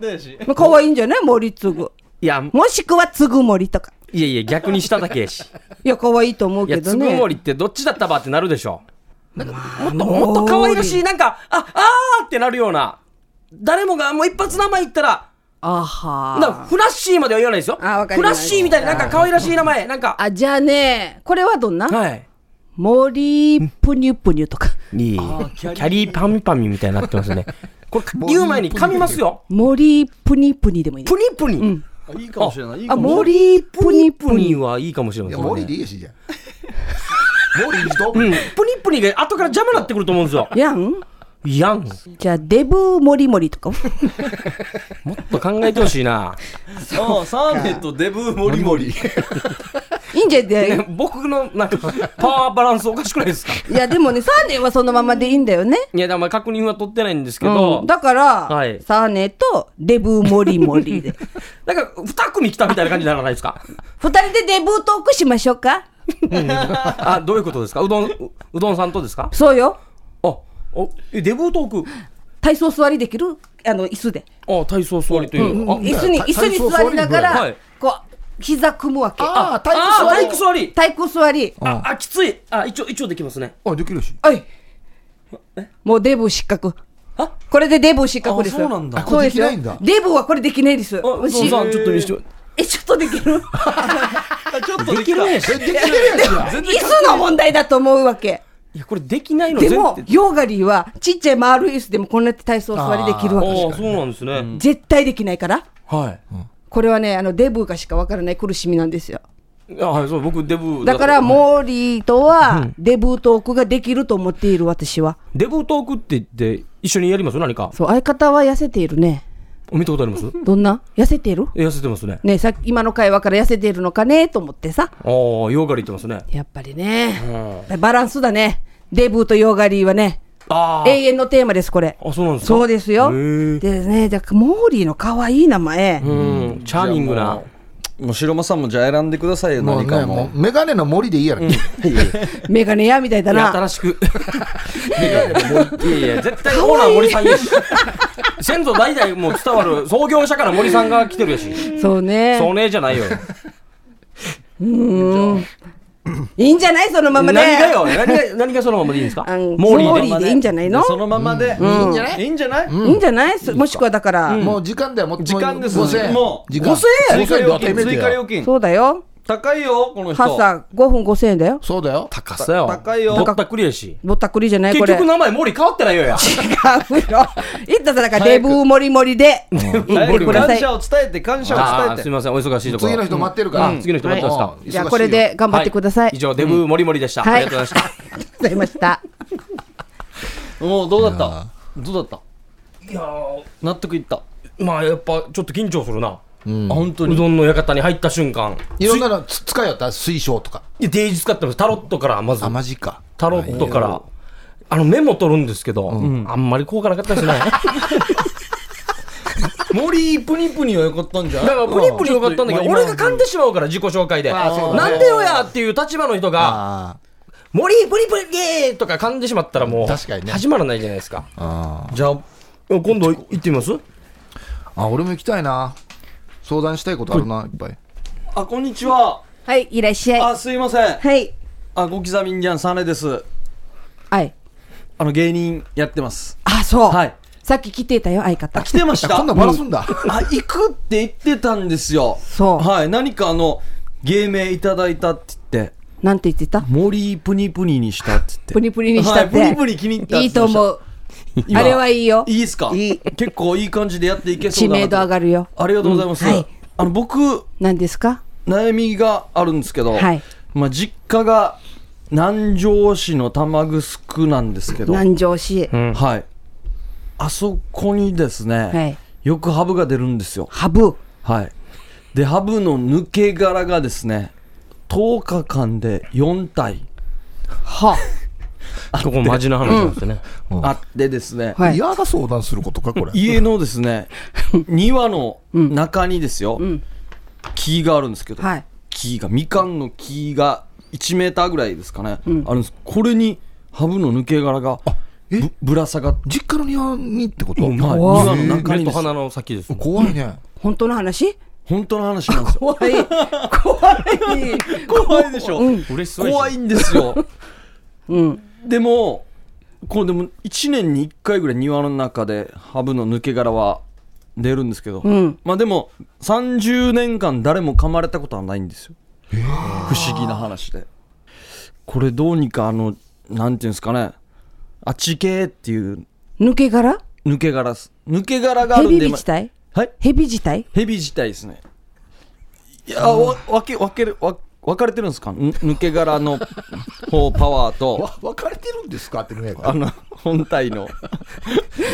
Speaker 5: まあ可愛いんじゃない森次
Speaker 2: いや
Speaker 5: もしくはつぐ森とか
Speaker 2: いやいや逆にしただけやし
Speaker 5: いや可愛いと思う
Speaker 2: いや
Speaker 5: け
Speaker 2: つ
Speaker 5: ど
Speaker 2: ぐ
Speaker 5: ね
Speaker 2: もりってどっちだったばってなるでしょなんかもっともっと可愛らしいなんかああーってなるような誰もがもう一発名前言ったら
Speaker 5: あ
Speaker 2: なん
Speaker 5: は
Speaker 2: かフラッシーまでは言わないですよ
Speaker 5: あーわか
Speaker 2: フ
Speaker 5: り
Speaker 2: ラッ
Speaker 5: ました
Speaker 2: シーみたいななんか可愛らしい名前なんか
Speaker 5: あじゃあねこれはどんな、
Speaker 2: はい
Speaker 5: モリープニュプニュとか
Speaker 2: いいキャリーパミパミみたいになって ますね。これ言う前に噛みますよ。
Speaker 5: モリープニプニでもいいね
Speaker 2: プニプニ。
Speaker 1: いいかもしれないいい
Speaker 5: あ
Speaker 1: かもし
Speaker 5: モリープ
Speaker 2: プ
Speaker 5: ニ
Speaker 2: ニ
Speaker 5: プ
Speaker 2: プニ
Speaker 5: ニ
Speaker 2: はいいかもしれま
Speaker 3: い
Speaker 2: せ
Speaker 3: や
Speaker 2: んね。
Speaker 3: 森でいいやしじゃあ森に
Speaker 2: う
Speaker 3: 人
Speaker 2: ん。プニプニが後から邪魔になってくると思うんですよ。
Speaker 5: やん
Speaker 2: やん。も
Speaker 5: じゃあデブモリモリとか
Speaker 2: っと考えてほしいな。
Speaker 1: れないああサーネとデブモリモリ
Speaker 5: いいんじゃない、
Speaker 2: ね僕のなんかパワーバランスおかしくないですか
Speaker 5: いやでもねサーネはそのままでいいんだよね、
Speaker 2: いや、だから確認は取ってないんですけ
Speaker 5: う
Speaker 2: ど
Speaker 5: ん、、だから、
Speaker 2: はい
Speaker 5: サーネとデブモリモ リで
Speaker 2: なんか2組来たみたいな感じにならないですか
Speaker 5: 二人でデブトークしましょうか
Speaker 2: あ、どういうことですかうどん、ううどんさんとですか
Speaker 5: そうよ
Speaker 2: あ、お、えデブートーク。
Speaker 5: 体操座りできるあの椅子で
Speaker 2: あ、体操座りという。あ
Speaker 5: 椅子に
Speaker 3: た
Speaker 5: 椅子に座りなが
Speaker 2: 体操座り
Speaker 5: ら、
Speaker 2: ぐらいはい
Speaker 5: こう膝組むわけ
Speaker 3: ああ体
Speaker 2: あー、体
Speaker 3: 育
Speaker 2: 育
Speaker 3: 座り
Speaker 2: 座り。
Speaker 5: 体育座り
Speaker 2: あ、あきつい。あ、一応、一応できますね。
Speaker 3: あでき るし
Speaker 5: おいもうデブ失格
Speaker 2: あ
Speaker 5: これでデブ失格ですよ
Speaker 1: あそうなんだ
Speaker 5: そうですよ
Speaker 3: これできないんだ
Speaker 5: デブはこれできないです
Speaker 2: あ、
Speaker 5: し
Speaker 2: そうさん、ちょっと見して。
Speaker 5: えちょっとでき る
Speaker 1: ちょっとできるね
Speaker 3: えできるやしじゃあ
Speaker 5: 椅子の問題だと思うわけ
Speaker 2: いや、これできないの
Speaker 5: で
Speaker 2: 前
Speaker 5: も
Speaker 2: 提
Speaker 5: ヨーガリーはちっちゃい丸い椅子でもこんなやって体操座りできるわけ
Speaker 2: ああ、そうなんですね。
Speaker 5: 絶対できないから
Speaker 2: はい。
Speaker 5: これはねあのデブがしかわからない苦しみなんですよ
Speaker 2: あはい、そう、僕、デブ。
Speaker 5: だから、モーリーとはデブトークができると思っている私は
Speaker 2: デブトークって言って、一緒にやります何か。
Speaker 5: そう相方は痩せているね
Speaker 2: 見たことあります
Speaker 5: どんな痩せている
Speaker 2: え痩せてますね。
Speaker 5: ねさっき今の会話から痩せているのかねと思ってさ
Speaker 2: ああ、ヨガリってますね。
Speaker 5: やっぱりね
Speaker 2: うん。
Speaker 5: バランスだねデブとヨーガリーはね
Speaker 2: あ
Speaker 5: 永遠のテーマですこれ
Speaker 2: あ。あ、そうなんですか
Speaker 5: そうです
Speaker 2: へ
Speaker 5: よ
Speaker 2: ー
Speaker 5: でねだからモーリーの可愛い名前
Speaker 2: うん、チャーミングな。
Speaker 1: もう白間さんもじゃあ選んでくださいよ
Speaker 3: もう
Speaker 1: 何
Speaker 3: ね
Speaker 1: か
Speaker 3: も
Speaker 1: も
Speaker 3: う眼鏡の森でいいやろ
Speaker 5: メガネ屋みたいだ
Speaker 2: いや
Speaker 5: な
Speaker 2: 新しく。いやいや、絶対オーナー森さんやし。先祖代々もう伝わる創業者から森さんが来てるやし。
Speaker 5: そうね
Speaker 2: そうねえじゃないよ。
Speaker 5: いいんじゃないそのまま
Speaker 2: 何
Speaker 5: ね
Speaker 2: がよ、何が、何がそのままでいいんですか。
Speaker 5: あの
Speaker 2: モーリ
Speaker 5: モー
Speaker 2: ー
Speaker 5: リ
Speaker 2: で。
Speaker 5: ーでいいんじゃないの
Speaker 1: そのままでいいんじゃないいいんじゃない
Speaker 5: いいんじゃないそもしくはだから、
Speaker 3: もう時間だよもう
Speaker 1: 時間です
Speaker 3: 5000円
Speaker 1: もう
Speaker 3: 時間
Speaker 1: 5000追
Speaker 3: 円
Speaker 1: 加料
Speaker 3: 5000円
Speaker 1: 金追加料金
Speaker 5: そうだよ
Speaker 1: 高いよこの人
Speaker 5: ハッサ5分5000円だよ
Speaker 3: そうだよ
Speaker 2: 高さよ。
Speaker 1: 高いよ
Speaker 2: ぼったくりやし。
Speaker 5: ぼったくりじゃない
Speaker 2: 結
Speaker 5: これ
Speaker 2: 局名前モーリー変わってないよや。
Speaker 5: 違うよ言ったらだからデブモリモリで言ってくださ
Speaker 1: 感
Speaker 5: い
Speaker 1: 謝を伝えて感謝を
Speaker 2: あ
Speaker 1: 伝
Speaker 2: ー
Speaker 1: え
Speaker 2: す
Speaker 1: て
Speaker 2: みません、お忙しいところ。
Speaker 3: 次の人待ってるから
Speaker 2: うん次の人待ってますか
Speaker 3: うん
Speaker 5: じゃあこれで頑張ってください、
Speaker 2: は以上、デブモリモリでした。あ
Speaker 5: はい
Speaker 2: りがとうございました。
Speaker 5: ありがとうございました
Speaker 1: もうどうだったどうだった
Speaker 2: いや
Speaker 1: 納得いった
Speaker 2: ーまあやっぱちょっと緊張するな。
Speaker 3: 忙
Speaker 1: あ本当
Speaker 2: う
Speaker 1: に
Speaker 2: どんの館に入った瞬間
Speaker 3: いろんなのつ使いよった水晶とか
Speaker 2: いやデイジ使ってますタロットからまず
Speaker 3: あマジか
Speaker 2: タロットからあのメモ取るんですけど、あんまり効果なかったですねだか
Speaker 1: 森プニプニはよかったんじゃない
Speaker 2: らプリプリよかったんだけど俺が噛んでしまうから自己紹介で「
Speaker 3: あーそうね
Speaker 2: なんでよや!」っていう立場の人が
Speaker 3: あ
Speaker 2: 「森プリプリゲー!」とか噛んでしまったらもう
Speaker 3: 確かにね
Speaker 2: 始まらないじゃないですか
Speaker 3: ーあ
Speaker 1: じゃあ
Speaker 2: 今度行ってみます
Speaker 3: ーあ俺も行きたいな相談したいことあるないっぱい
Speaker 1: あこんにちは
Speaker 5: はい、いらっしゃい。
Speaker 1: あすいません
Speaker 5: はい。
Speaker 1: あご刻みんじゃんサネです
Speaker 5: はい。
Speaker 1: あの芸人やってます
Speaker 5: あ、そう。
Speaker 1: はい
Speaker 5: さっき来てたよ、相方
Speaker 1: あ。来てまし
Speaker 3: あ
Speaker 1: た
Speaker 3: こんなんバラすんだ
Speaker 1: あ行くって言ってたんですよ
Speaker 5: そう
Speaker 1: はい何かあの芸名いただいたって言って
Speaker 5: なんて言ってた
Speaker 1: 森プニプニにしたって言って
Speaker 5: プニプニにしたって。
Speaker 1: はいプニプニ気に入ったって
Speaker 5: い
Speaker 1: 言
Speaker 5: い
Speaker 1: って
Speaker 5: と
Speaker 1: ました
Speaker 5: 思う。あれはいいよ。
Speaker 1: いいですか
Speaker 5: いい
Speaker 1: 結構いい感じでやっていけそ
Speaker 5: 知
Speaker 1: うだなと
Speaker 5: 名度上がるよ。
Speaker 1: ありがとうございます、
Speaker 5: うんはい
Speaker 1: あの僕
Speaker 5: 何ですか
Speaker 1: 悩みがあるんですけど、
Speaker 5: はい
Speaker 1: まあ、実家が南城市の玉城なんですけど、
Speaker 5: 南城市。
Speaker 1: はい、あそこにですね、
Speaker 5: はい
Speaker 1: よくハブが出るんですよ、
Speaker 5: ハブ。
Speaker 1: はい、でハブの抜け殻がですね10日間で4体
Speaker 5: は。
Speaker 2: ここマジな話なんですよね、
Speaker 1: あってですね、
Speaker 5: は い
Speaker 3: 嫌が相談することかこれ
Speaker 1: 家のです ね庭の中にですよ、木があるんですけど、
Speaker 5: はい
Speaker 1: 木がみかんの木が1メーターぐらいですかね、あるんですこれにハブの抜け殻が
Speaker 3: え
Speaker 1: ぶぶら下がって、
Speaker 3: 実家の庭にってこと
Speaker 1: はい、庭
Speaker 5: 怖い
Speaker 1: の中
Speaker 2: 目
Speaker 1: にで
Speaker 2: と
Speaker 1: す
Speaker 2: 鼻の先です、
Speaker 3: 怖いね
Speaker 5: 本当の話
Speaker 1: 本当の話なんですよ
Speaker 5: 怖い。怖い。
Speaker 1: 怖いでしょ、
Speaker 2: 嬉しそうやし
Speaker 1: 怖いんです よ、でもこれでも1年に1回ぐらい庭の中でハブの抜け殻は出るんですけど、まあでも30年間誰も噛まれたことはないんですよ、不思議な話でこれどうにかあのなんていうんですかねあちけっていう
Speaker 5: 抜け殻
Speaker 1: 抜け殻っす抜け殻があ
Speaker 5: ヘ
Speaker 1: るん
Speaker 5: ビ
Speaker 1: で
Speaker 5: 自体
Speaker 1: はい
Speaker 5: ヘビ自体
Speaker 1: 蛇自体ですねいやわ分け分けるわ分かれてるんですかぬ抜け殻の 方パワーと
Speaker 3: わ別れてるんですかってね
Speaker 1: あの本体の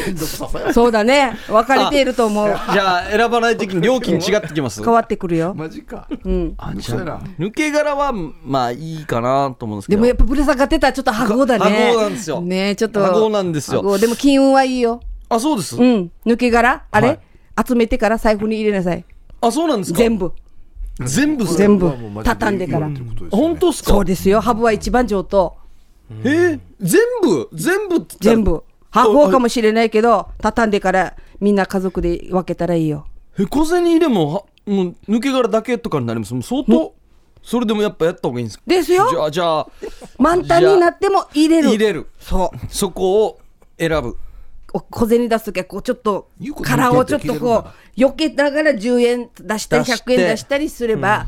Speaker 3: めんどくささや
Speaker 5: そうだね。分かれていると思う。
Speaker 1: じゃあ選ばない時に料金違ってきます
Speaker 5: 変わってくるよ。
Speaker 3: マジかうんめんどくさいな
Speaker 1: 抜け殻はまあいいかなと思うんですけ
Speaker 5: で
Speaker 1: ど
Speaker 5: もやっぱぶら下がってたらちょっとハゴだね。
Speaker 1: ハゴなんですよ
Speaker 5: ねえちょっと。
Speaker 1: ハゴなんですよ
Speaker 5: ハゴでも金運はいいよ。
Speaker 1: あそうです、
Speaker 5: うん。抜け殻あれ、
Speaker 1: はい
Speaker 5: 集めてから財布に入れなさい。
Speaker 1: あそうなんですか
Speaker 5: 全部。
Speaker 1: 全部
Speaker 5: 全部
Speaker 3: これはもうマ。ジ
Speaker 5: 畳んでから
Speaker 3: いい。よってことですよね
Speaker 1: 本当ですか
Speaker 5: そうですよ。ハブは一番上等。
Speaker 1: えー全部全部って言ったら
Speaker 5: 全部。ハゴかもしれないけど、畳んでからみんな家族で分けたらいいよ。
Speaker 1: え小銭でもはもう抜け殻だけとかになりますもう相当それでもやっぱやった方がいいんですか
Speaker 5: ですよ
Speaker 1: じゃあじゃあ
Speaker 5: 満タンになっても入れる。
Speaker 1: 入れる
Speaker 5: そう。
Speaker 1: そこを選ぶ
Speaker 5: お小銭出すときは、こう、ちょっと
Speaker 3: 言う、こと
Speaker 5: 殻をちょっとこう、避けながら10円出したり、
Speaker 1: 出して
Speaker 5: 100円出したりすれば、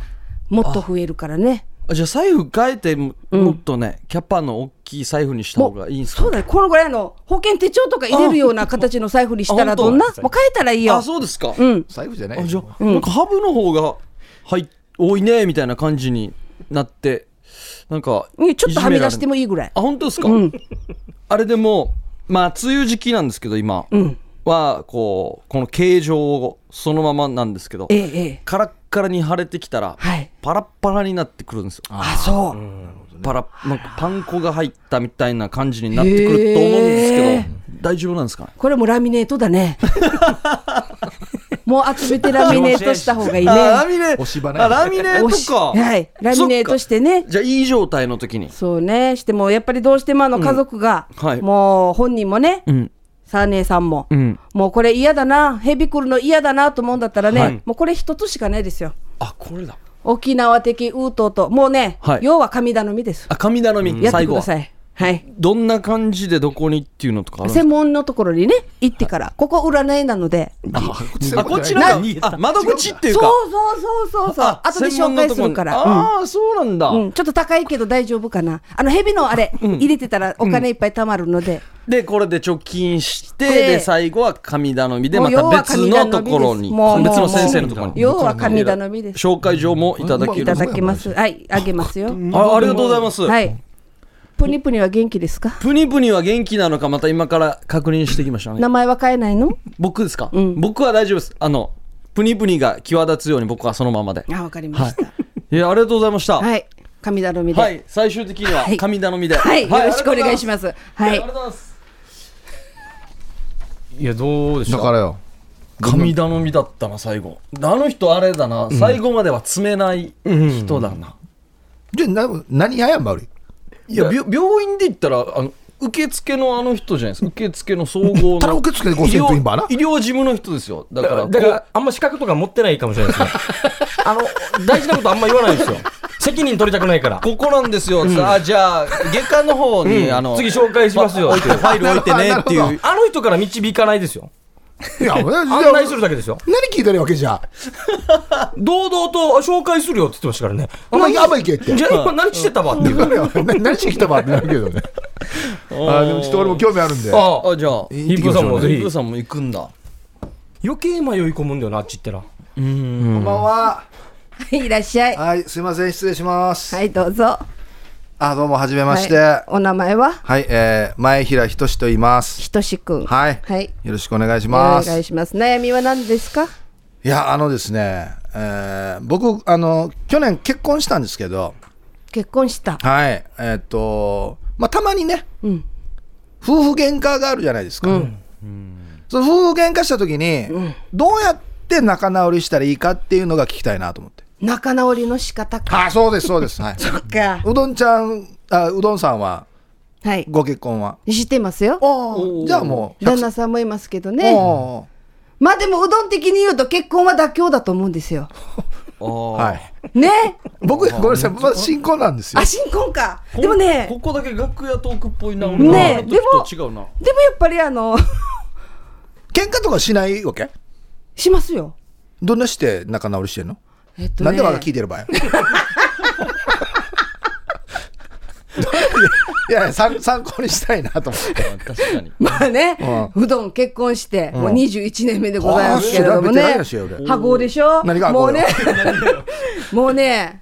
Speaker 5: もっと増えるからね。
Speaker 1: あじゃあ財布変えても,、もっとねキャパの大きい財布にした方がいいんですか
Speaker 5: そうだね。このぐらいの保険手帳とか入れるような形の財布にしたら
Speaker 1: あ本当
Speaker 5: どんなもう変えたらいいよ
Speaker 1: あ。そうですか、
Speaker 5: うん。
Speaker 3: 財布じゃない
Speaker 1: あじゃあ、なんかハブの方がはい多いねみたいな感じになってなんか
Speaker 5: ねちょっとはみ出しても
Speaker 1: いじめられる
Speaker 5: いいぐらい。
Speaker 1: あ本当ですか、あれでもまあ梅雨時期なんですけど今はこうこの形状をそのままなんですけど
Speaker 5: ええ、ええ。
Speaker 1: カラッカラに腫れてきたら、
Speaker 5: はい
Speaker 1: パラッパラになってくるんですよ
Speaker 5: あ、そう。
Speaker 1: パラなんかパン粉が入ったみたいな感じになってくると思うんですけど、
Speaker 5: へー
Speaker 1: 大丈夫なんですかね
Speaker 5: これもラミネート だね。もう集めてラミネートした方がいいね。
Speaker 1: あラミネ
Speaker 3: 押し花
Speaker 1: あラミネ
Speaker 5: お
Speaker 1: と
Speaker 5: し
Speaker 1: か
Speaker 5: はい。ラミネートして
Speaker 1: そ
Speaker 5: ね
Speaker 1: っか。じゃあいい状態の時に
Speaker 5: そうね。しても、やっぱりどうしてもあの家族が、
Speaker 1: うんはい
Speaker 5: もう本人もね、
Speaker 1: うん
Speaker 5: サーネーさんも、
Speaker 1: うん
Speaker 5: もうこれ嫌だな、ヘビ来るの嫌だなと思うんだったらね、
Speaker 1: はい
Speaker 5: もうこれ一つしかないですよ。
Speaker 1: あこれだ
Speaker 5: 沖縄的ウートウと、もうね、
Speaker 1: はい
Speaker 5: 要は神頼みです。
Speaker 1: あ神頼み、
Speaker 5: やって
Speaker 1: 最
Speaker 5: く
Speaker 1: 後
Speaker 5: だ
Speaker 1: は
Speaker 5: さい。はい。
Speaker 1: どんな感じでどこにっていうのとかあるんです
Speaker 5: 専門のところにね、行ってから、ここ占いなので、
Speaker 1: かあこっちなんだあ窓口っていうか
Speaker 5: そうそうそうそうそう。
Speaker 1: あ
Speaker 5: 後で紹介するから。
Speaker 1: 専門のとこにああ、そうなんだ、
Speaker 5: うんうんちょっと高いけど大丈夫かな。あの、蛇のあれ、入れてたらお金いっぱい貯まるので。
Speaker 1: でこれで貯金して
Speaker 5: で
Speaker 1: で最後は神頼みで
Speaker 5: も
Speaker 1: ま
Speaker 5: う
Speaker 1: た別のところに
Speaker 5: 要は神
Speaker 1: 別
Speaker 5: 頼みですもうも
Speaker 1: の
Speaker 5: う
Speaker 1: 先生のところに
Speaker 5: 要は神頼みです。
Speaker 1: 紹介状もいただけ
Speaker 5: い
Speaker 1: る
Speaker 5: ただけます。はい、あげますよ。
Speaker 1: あありがとうございます、
Speaker 5: はい。プニプニは元気ですか
Speaker 1: プニプニは元気なのかまた今から確認してきましたね
Speaker 5: 名前は変えないの
Speaker 1: 僕ですか、僕は大丈夫ですあのプニプニが際立つように僕はそのままで。
Speaker 5: あ、わかりました。
Speaker 1: いや、ありがとうございました。。
Speaker 5: はいい。神頼みで。はい。
Speaker 1: 最終的には
Speaker 5: はい
Speaker 1: 神頼みで。。
Speaker 5: よろしくお願いしますす。はい
Speaker 1: ありが。とうございます。
Speaker 2: いや、どうでし
Speaker 3: だ
Speaker 2: た
Speaker 3: からよ
Speaker 1: 神頼みだったな、最後。あの人あれだな、最後までは詰めない人だな。
Speaker 3: じゃあな何謝る
Speaker 1: いや、びょ病院で言ったら、あの、受付のあの人じゃないですか。受付の総合の。
Speaker 3: ただ受付で5000円バーな
Speaker 1: 医療医療事務の人ですよ。だから、
Speaker 2: だか
Speaker 1: こ
Speaker 2: ら、あんま資格とか持ってないかもしれないですね。 あの、大事なことあんま言わないですよ。責任取りたくないから。
Speaker 1: ここなんですよ。さあ、じゃあ、外科の方に、
Speaker 2: うん
Speaker 1: あの、
Speaker 2: 次紹介しますよ
Speaker 1: ファ置いてファイル置いてねって
Speaker 3: なるほ
Speaker 1: い
Speaker 3: ど
Speaker 1: う。
Speaker 2: あの人から導かないですよ。
Speaker 3: いや
Speaker 2: 案内するだけですよ。
Speaker 3: 何聞いてるわけじゃ
Speaker 2: 堂々とあ紹介するよって言ってましたからね。
Speaker 3: お前甘いけって
Speaker 2: じゃあ今何してたばっていう。
Speaker 3: 何何しに来たばってなるけどねあでもちょっと俺も興味あるんで
Speaker 2: ああ
Speaker 1: あ、じゃあ、
Speaker 2: ヒップさんもぜ
Speaker 1: イ
Speaker 2: ひ
Speaker 1: ブ。さんも行くんだ。
Speaker 2: 余計迷い込むんだよな、あっち行ったら。
Speaker 3: こんばんは
Speaker 5: はい、いらっしゃい。
Speaker 3: はいすいません失礼します
Speaker 5: はい、どうぞ。
Speaker 3: あどうもはじめまして
Speaker 5: はい
Speaker 3: は
Speaker 5: お名前はい
Speaker 3: えー前平仁と言います
Speaker 5: ひとしくん。
Speaker 3: はい
Speaker 5: はい。
Speaker 3: よろしくお願いし
Speaker 5: お
Speaker 3: ます
Speaker 5: 願いします。悩みは何ですか
Speaker 3: いやあのですねえー僕あの去年結婚したんですけど
Speaker 5: 結婚した。
Speaker 3: はいえーっとまあたまにね
Speaker 5: うん。
Speaker 3: 夫婦喧嘩があるじゃないですか、
Speaker 5: うん。
Speaker 3: その夫婦喧嘩した時に、どうやって仲直りしたらいいかっていうのが聞きたいなと思って
Speaker 5: 仲直りの仕 方か。
Speaker 3: あそうですそうです、はい、
Speaker 5: そっか。
Speaker 3: うどんちゃんあうどんさんは
Speaker 5: はい。
Speaker 3: ご結婚は
Speaker 5: してますよ。
Speaker 3: ああじゃあもう
Speaker 5: 旦那さんもいますけど
Speaker 3: ね
Speaker 5: ね。まあでも、うどん的に言うと結婚は妥協だと思うんですよ。
Speaker 1: ああ。
Speaker 3: はい
Speaker 5: ね。
Speaker 3: 僕ごめんなさいまだ新婚なんですよ
Speaker 5: あ、新婚か。
Speaker 1: こ
Speaker 5: でもね、
Speaker 1: ここだけ楽屋トークっぽいな、
Speaker 5: ね
Speaker 1: 俺な
Speaker 5: でも
Speaker 1: ちょっと違うな。
Speaker 5: でもやっぱりあの、
Speaker 3: 喧嘩とかしないわけ
Speaker 5: しますよ。
Speaker 3: どんなして仲直りしてんの、
Speaker 5: えっと
Speaker 3: な
Speaker 5: ね
Speaker 3: んでまだ聞いてる場合い やいや参参考にしたいなと思って
Speaker 1: あ確 かに。
Speaker 5: まあね、うどん結婚して、もう21年目でございますけれども
Speaker 3: あー調
Speaker 5: ね
Speaker 3: べてないらしいよ俺。
Speaker 5: 羽合でしょ
Speaker 3: 何が
Speaker 5: もうね
Speaker 3: 羽、
Speaker 5: もうね、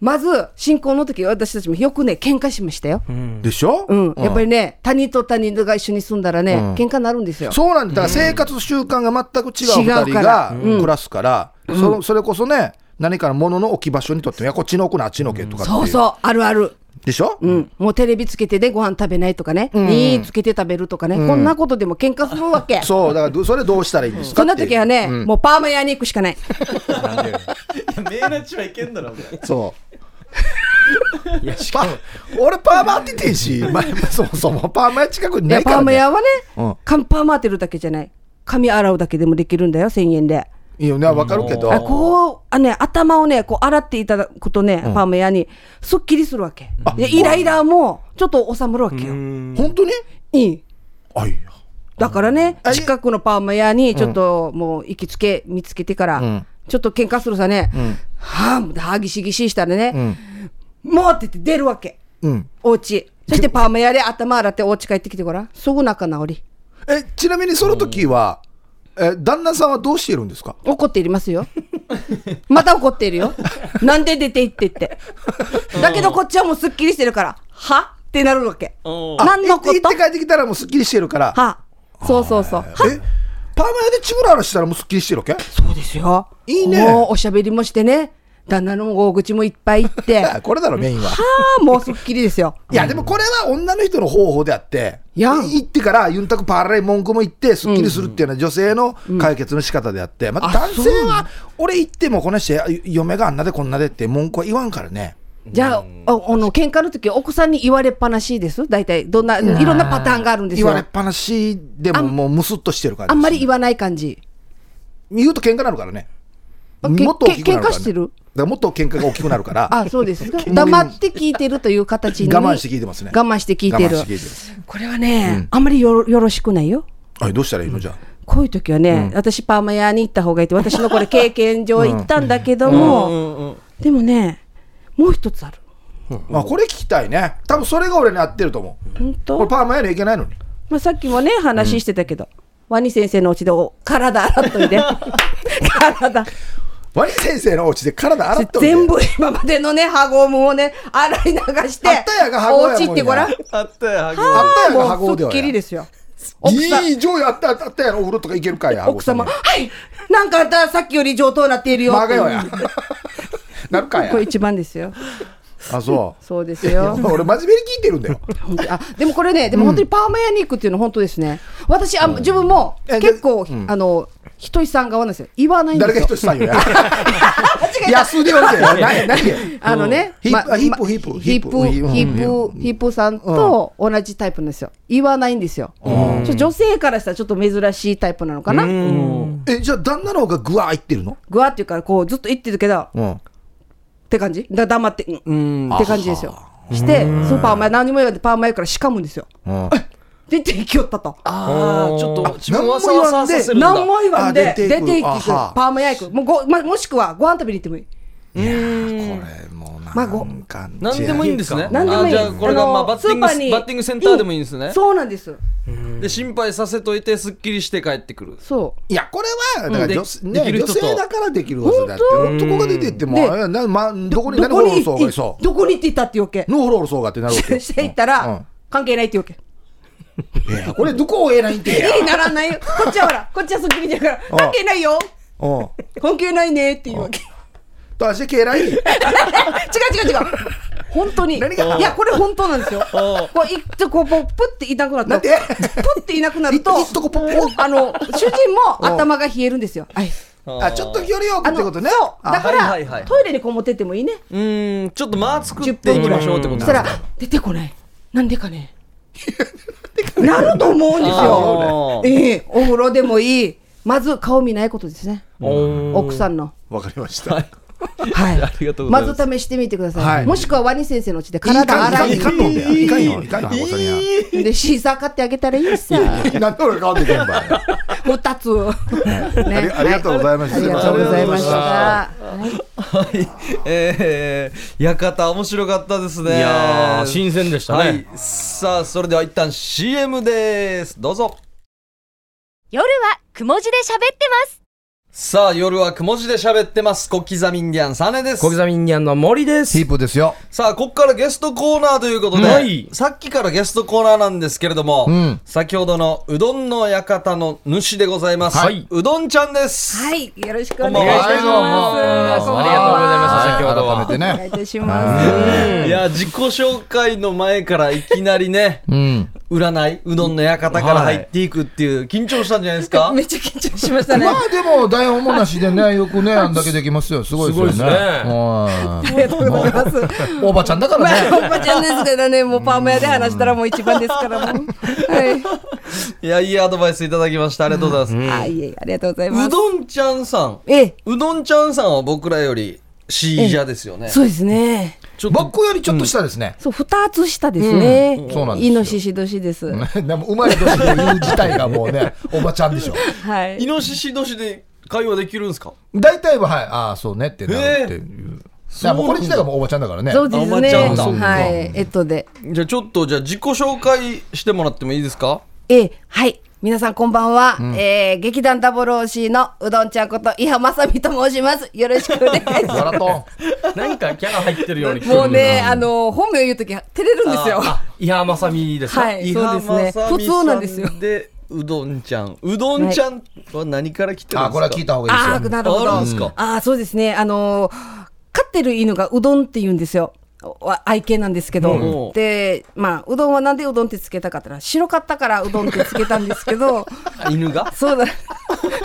Speaker 5: まず、新婚の時私たちもよくね、喧嘩しましたよ。
Speaker 3: でしょ、
Speaker 5: うん。やっぱりね、他人と他人が一緒に住んだらね、喧嘩になるんですよ。
Speaker 3: そうなんだ。だから生活習慣が全く違う
Speaker 5: 違
Speaker 3: 二
Speaker 5: う
Speaker 3: 人
Speaker 5: から
Speaker 3: が暮らすから、そのそれこそね、何かのものの置き場所にとっても、いや、こっちの奥のあっちのけとかってい
Speaker 5: そうそう、あるある。
Speaker 3: でしょ、
Speaker 5: うん、もうテレビつけてでご飯食べないとかね、いいつけて食べるとかね、こんなことでも喧嘩するわけ。そ
Speaker 3: そう、だからどそれどうしたらいいんですか
Speaker 5: んな時はね、もうパーマ屋に行くしかない。
Speaker 1: メーナチはいけんだろ、俺。
Speaker 3: そう。 いやパ俺パーマ当ててんし、まそもそもパーマ屋近くに
Speaker 5: い
Speaker 3: な
Speaker 5: や
Speaker 3: いか
Speaker 5: パー
Speaker 3: ら、
Speaker 5: マ
Speaker 3: ね、
Speaker 5: 屋はね、
Speaker 3: うん
Speaker 5: 髪パーマ当てるだけじゃない髪洗うだけでもできるんだよ1000円で
Speaker 3: いいよねわかるけど
Speaker 5: あこうあ、ね、頭をねこう洗っていただくとね、パーマ屋にすっきりするわけでイライラもちょっと収まるわけよ、
Speaker 3: 本当に
Speaker 5: いい
Speaker 3: あいや
Speaker 5: だからね
Speaker 3: あいや
Speaker 5: 近くのパーマ屋にちょっともう行きつけ見つけてから、
Speaker 3: ん
Speaker 5: ちょっと喧嘩するさね、はあもう歯ぎしぎししたらね、もうって言って出るわけ
Speaker 3: うん
Speaker 5: お家そしてパーマ屋で頭洗ってお家帰ってきてごらんすぐ仲直り
Speaker 3: えちなみにその時は、え旦那さんはどうしてるんですか
Speaker 5: 怒っていますよ。 また怒ってい るよ。なんで出て行ってって。だけどこっちはもうすっきりしてるから、はってなるわけ。
Speaker 1: うん
Speaker 5: 何のこ
Speaker 3: 行
Speaker 5: と
Speaker 3: って帰ってきたらもうすっきりしてるから
Speaker 5: は。そうそうそう。は
Speaker 3: えパーマ屋でチブララしたらもうすっきりしてるわけ
Speaker 5: そうですよ。
Speaker 3: いいね
Speaker 5: もうおしゃべりもしてね。旦那の大口もいっぱい言って。
Speaker 3: あ
Speaker 5: は
Speaker 3: これだろメインは
Speaker 5: あ、もうすっきりですよ。
Speaker 3: いやでもこれは女の人の方法であって
Speaker 5: やん
Speaker 3: 行ってからユンタクパーライ文句も言ってすっきりするっていうのは女性の解決の仕方であってまた男性は俺行ってもこの人嫁があんなでこんなでって文句は言わんからね
Speaker 5: じゃあ、おあの喧嘩の時奥さんに言われっぱなしです。大体、どんな、いろんなパターンがあるんです
Speaker 3: 言
Speaker 5: よ
Speaker 3: われっ。ぱなしでももうムスっとしてるから
Speaker 5: あんまり言わない感じ。
Speaker 3: 言うと喧嘩なるからね
Speaker 5: あけ
Speaker 3: もっと大きくなるから、ね、
Speaker 5: 喧嘩してる
Speaker 3: だからもっと喧嘩が大きくなるから
Speaker 5: あ、そうですか。黙って聞いてるという形に。
Speaker 3: 我慢して聞いてますね
Speaker 5: 我慢して聞いてる
Speaker 3: 我慢して聞いてます
Speaker 5: これはね、あんまりよろよろしくないよ。
Speaker 3: あどうしたらいいのじゃあ
Speaker 5: こういう時はね、私パーマ屋に行った方がいいって、私のこれ経験上行ったんだけども、でもね、もう一つある。
Speaker 3: まあ、これ聞きたいね。多分それが俺に合ってると思う。
Speaker 5: 本
Speaker 3: これ
Speaker 5: 当
Speaker 3: パーマやにはいけないのに。
Speaker 5: まあ、さっきもね、話してたけど、ワニ先生のお家でお体洗っとい て。体。
Speaker 3: ワニ先生のお家で体洗っといて
Speaker 5: 全部今までのね、ハゴムをね、洗い流して、
Speaker 3: あったやがハゴやもん
Speaker 5: お
Speaker 3: や
Speaker 5: 家行ってごらん。
Speaker 1: あったよ、
Speaker 3: あったやがハ
Speaker 5: も
Speaker 3: ゴ
Speaker 5: う
Speaker 3: です
Speaker 5: っ
Speaker 3: よ
Speaker 5: きりですよ。奥さん
Speaker 3: いい上位あったあったあったやろ、お風呂とか行けるかや。
Speaker 5: 奥様、
Speaker 3: お子
Speaker 5: はいなんかあんたさっきより上等なっているよ。
Speaker 3: マガよや。 なるかや
Speaker 5: こ。れ一番ですよ。
Speaker 3: あ、そ
Speaker 5: そうです
Speaker 3: う。
Speaker 5: よ。
Speaker 3: 俺、真面目に聞いてるんだよ。
Speaker 5: 本当にあでもこれね、でも本当にパーマ屋に行くっていうのは本当ですね。私、あ自分も
Speaker 3: え
Speaker 5: 結構、
Speaker 3: うん
Speaker 5: あの、ひとしさん側なんですよ。言わないんで
Speaker 3: 誰
Speaker 5: す
Speaker 3: が
Speaker 5: よ
Speaker 3: ひと。しさんよ や。
Speaker 5: 間違えた
Speaker 3: 安でおるけど。何何や。
Speaker 5: あのね、
Speaker 3: ヒップ
Speaker 5: ま
Speaker 3: ヒップ
Speaker 5: ま
Speaker 3: ヒップ
Speaker 5: ヒップ、ヒ
Speaker 3: ヒップ
Speaker 5: ップ、ヒップさんと同じタイプなんですよ。言わないんですよ。ちょ女性からしたらちょっと珍しいタイプなのかな。
Speaker 3: え、じゃあ、旦那の方がグワー入ってるの
Speaker 5: ぐわっていうから、こうずっと言ってるけど、っ
Speaker 3: うん。
Speaker 5: て感じ。だ黙って、うん、って感じですよ。して、そのパーマ屋、何も言わないでパーマ屋からしかむんですよ。
Speaker 3: うん
Speaker 5: 出て行きよったと。
Speaker 1: ああ、ちょっと自分
Speaker 3: 何も
Speaker 1: わさわささせるんだ。
Speaker 5: 何も言わんで
Speaker 3: あ
Speaker 5: 出
Speaker 3: 出て
Speaker 5: て行
Speaker 3: 行く
Speaker 5: き
Speaker 3: あ
Speaker 5: 行く
Speaker 3: は
Speaker 5: パーマ焼くもうご、ま、もしくはご飯食べに行ってもいい
Speaker 3: これもう
Speaker 5: まあ
Speaker 3: な
Speaker 5: ご
Speaker 3: んかね
Speaker 1: 何でもいいんですね。
Speaker 5: 何でもいい
Speaker 1: あーじゃあこれがまあバッティング
Speaker 5: スーパーに
Speaker 1: バッティングセンターでもいいんですね。
Speaker 5: そうなんです
Speaker 1: で心配させといてすっきりして帰ってくる。
Speaker 5: そ
Speaker 3: いやこれはだから女,、
Speaker 1: うんででき
Speaker 3: ね、
Speaker 1: る
Speaker 3: 女
Speaker 1: 人と
Speaker 3: 性だからできる技だって
Speaker 5: 本
Speaker 3: 男が出てっても
Speaker 5: で
Speaker 3: あれな、ま、
Speaker 5: う
Speaker 3: どこに
Speaker 5: ど
Speaker 3: 何
Speaker 5: こ
Speaker 3: ホロ
Speaker 5: に
Speaker 3: ロそう
Speaker 5: 行
Speaker 3: が
Speaker 5: っ
Speaker 3: そ
Speaker 5: どこに行っていたって余計
Speaker 3: うのホロロそうがってなるわ け
Speaker 5: して行ったら、関係ないって余計
Speaker 3: うんいやこれどこをええないんてや
Speaker 5: 気にならないよこっちはほらこっちはそっきりだから関係ないよ
Speaker 3: うん
Speaker 5: 関係ないねっていうわけ違
Speaker 3: と足けえらい
Speaker 5: う違う違う本当にい
Speaker 3: 何が
Speaker 5: やこれ本当なんですよこういっとこうポップっていなくな
Speaker 3: な
Speaker 5: る
Speaker 3: ん
Speaker 5: と
Speaker 3: て
Speaker 5: プっていなくなると
Speaker 3: いいっとこポッポ
Speaker 5: あの主人も頭が冷えるんですよはい
Speaker 3: あちょっと距離を置く
Speaker 5: あ
Speaker 3: っ
Speaker 5: の
Speaker 3: てことね
Speaker 5: そうだ
Speaker 3: あ
Speaker 5: から、
Speaker 1: はいはいはい
Speaker 5: トイレにこもってってもいいね
Speaker 1: うーんちょっと間作っ
Speaker 5: 10
Speaker 1: て
Speaker 5: 分
Speaker 1: い
Speaker 5: ぐ
Speaker 1: き
Speaker 5: ら
Speaker 1: ま
Speaker 5: い
Speaker 1: しょうってこと
Speaker 5: そ
Speaker 1: で
Speaker 5: し
Speaker 1: す
Speaker 5: た
Speaker 1: ね
Speaker 5: ら出てこないなんでかね なると思うんです
Speaker 1: あ、
Speaker 5: よ
Speaker 1: ー
Speaker 5: ええお風呂でもいいまず顔見ないことですね奥さんの
Speaker 3: わかりました、
Speaker 5: はい
Speaker 1: ありがとうござ
Speaker 5: ま
Speaker 1: います
Speaker 5: ず試してみてください、
Speaker 3: はい
Speaker 5: もしくはワニ先生のうちで
Speaker 3: いい
Speaker 5: 体洗
Speaker 3: かん
Speaker 5: い
Speaker 3: いかんのんだよいかんよいかんよおさにや
Speaker 5: でシーサー買ってあげたらいいさ
Speaker 3: 何で俺変わってけんばい
Speaker 5: 二つ、
Speaker 3: あり
Speaker 5: ね
Speaker 3: ありがとうございました
Speaker 5: ありがとうございましたはい
Speaker 1: えー、館面白かったですね
Speaker 2: いやー、新鮮でした
Speaker 1: は
Speaker 2: ね
Speaker 1: い。さあそれでは一旦 CM ですどうぞ
Speaker 4: 夜はくも字で喋ってます。
Speaker 1: さあ夜はくも字で喋ってます小刻みインディアンサネです
Speaker 2: 小刻みインディアンの森です
Speaker 3: ヒ。ープですよ
Speaker 1: さあここからゲストコーナーということで、
Speaker 2: はい
Speaker 1: さっきからゲストコーナーなんですけれども、
Speaker 3: うん
Speaker 1: 先ほどのうどんの館の主でございます、
Speaker 2: は
Speaker 1: はいいうどんちゃんです
Speaker 5: はいよろしく
Speaker 1: こ
Speaker 5: お願
Speaker 1: んばん
Speaker 5: いし
Speaker 1: は
Speaker 5: ます
Speaker 2: ありがとうございました、先ほど
Speaker 3: 改め
Speaker 2: は。
Speaker 3: て
Speaker 5: お願い
Speaker 3: ね
Speaker 5: いたします
Speaker 1: いや自己紹介の前からいきなりね
Speaker 3: うん
Speaker 1: 占いうどんの館から入っていくっていう緊張したんじゃないですか、
Speaker 5: めっちゃ緊張しましたね
Speaker 3: まあでも台本もなしでねよくねあんだけできますよすごいですよね
Speaker 2: すごいですね
Speaker 3: はい
Speaker 5: ありがとうございます。
Speaker 3: おばちゃんだからね
Speaker 5: まあ、おばちゃんですからね、もうパーマ屋で話したらもう一番ですからもう。はい
Speaker 1: やいいアドバイスいただきましたありがとうございます、
Speaker 5: い。あ、いえいえ、ありがとうございうます。
Speaker 1: どんちゃんさん
Speaker 5: ええ、
Speaker 1: うどんちゃんさんは僕らよりシージャですよね
Speaker 5: そうですね。
Speaker 1: ちょっと
Speaker 3: 僕よりちょっと下ですね。
Speaker 5: そう、二つ下ですね。
Speaker 3: うんそうなんです
Speaker 5: イ
Speaker 3: よ
Speaker 5: ノシシ年です。
Speaker 3: でも生まれ年という自体がもうね、おばちゃんでしょ。
Speaker 5: はい
Speaker 1: イ。ノシシ同士で会話できるんですか
Speaker 3: 大体は、はい、ああ、そうねってなるっていう。いやもうこれ自体がもうおばちゃんだからね。
Speaker 5: そうで
Speaker 1: あお
Speaker 5: す
Speaker 1: ばちゃんだ
Speaker 5: ね。はい、えっとで。
Speaker 1: じゃあちょっとじゃあ自己紹介してもらってもいいですか
Speaker 5: ええ、はい。皆さんこんばんは、えー劇団ダブル OC のうどんちゃんこと伊波正美と申しますよろしくお願いします
Speaker 3: わらと
Speaker 2: なんかキャラ入ってるように聞こえる
Speaker 5: もうねあの本名言うとき照れるんですよ
Speaker 2: あ、いや、まさみですか。
Speaker 5: はいそうですね
Speaker 1: 伊波正
Speaker 5: 普
Speaker 1: 美
Speaker 5: 通なんですよ
Speaker 1: さんでうどんちゃんうどんちゃんは何から来てるんですか、
Speaker 3: ああ、これは聞いた方がいいです
Speaker 5: あ
Speaker 3: よ。
Speaker 5: あーなるほど。
Speaker 1: あるんですか
Speaker 5: あーそうですね。あのー飼ってる犬がうどんって言うんですよ。わ愛犬なんですけど、
Speaker 1: うん
Speaker 5: で、まあ、うどんはなんでうどんってつけたかったら、白かったからうどんってつけたんですけど、
Speaker 1: 犬が
Speaker 5: そうだ。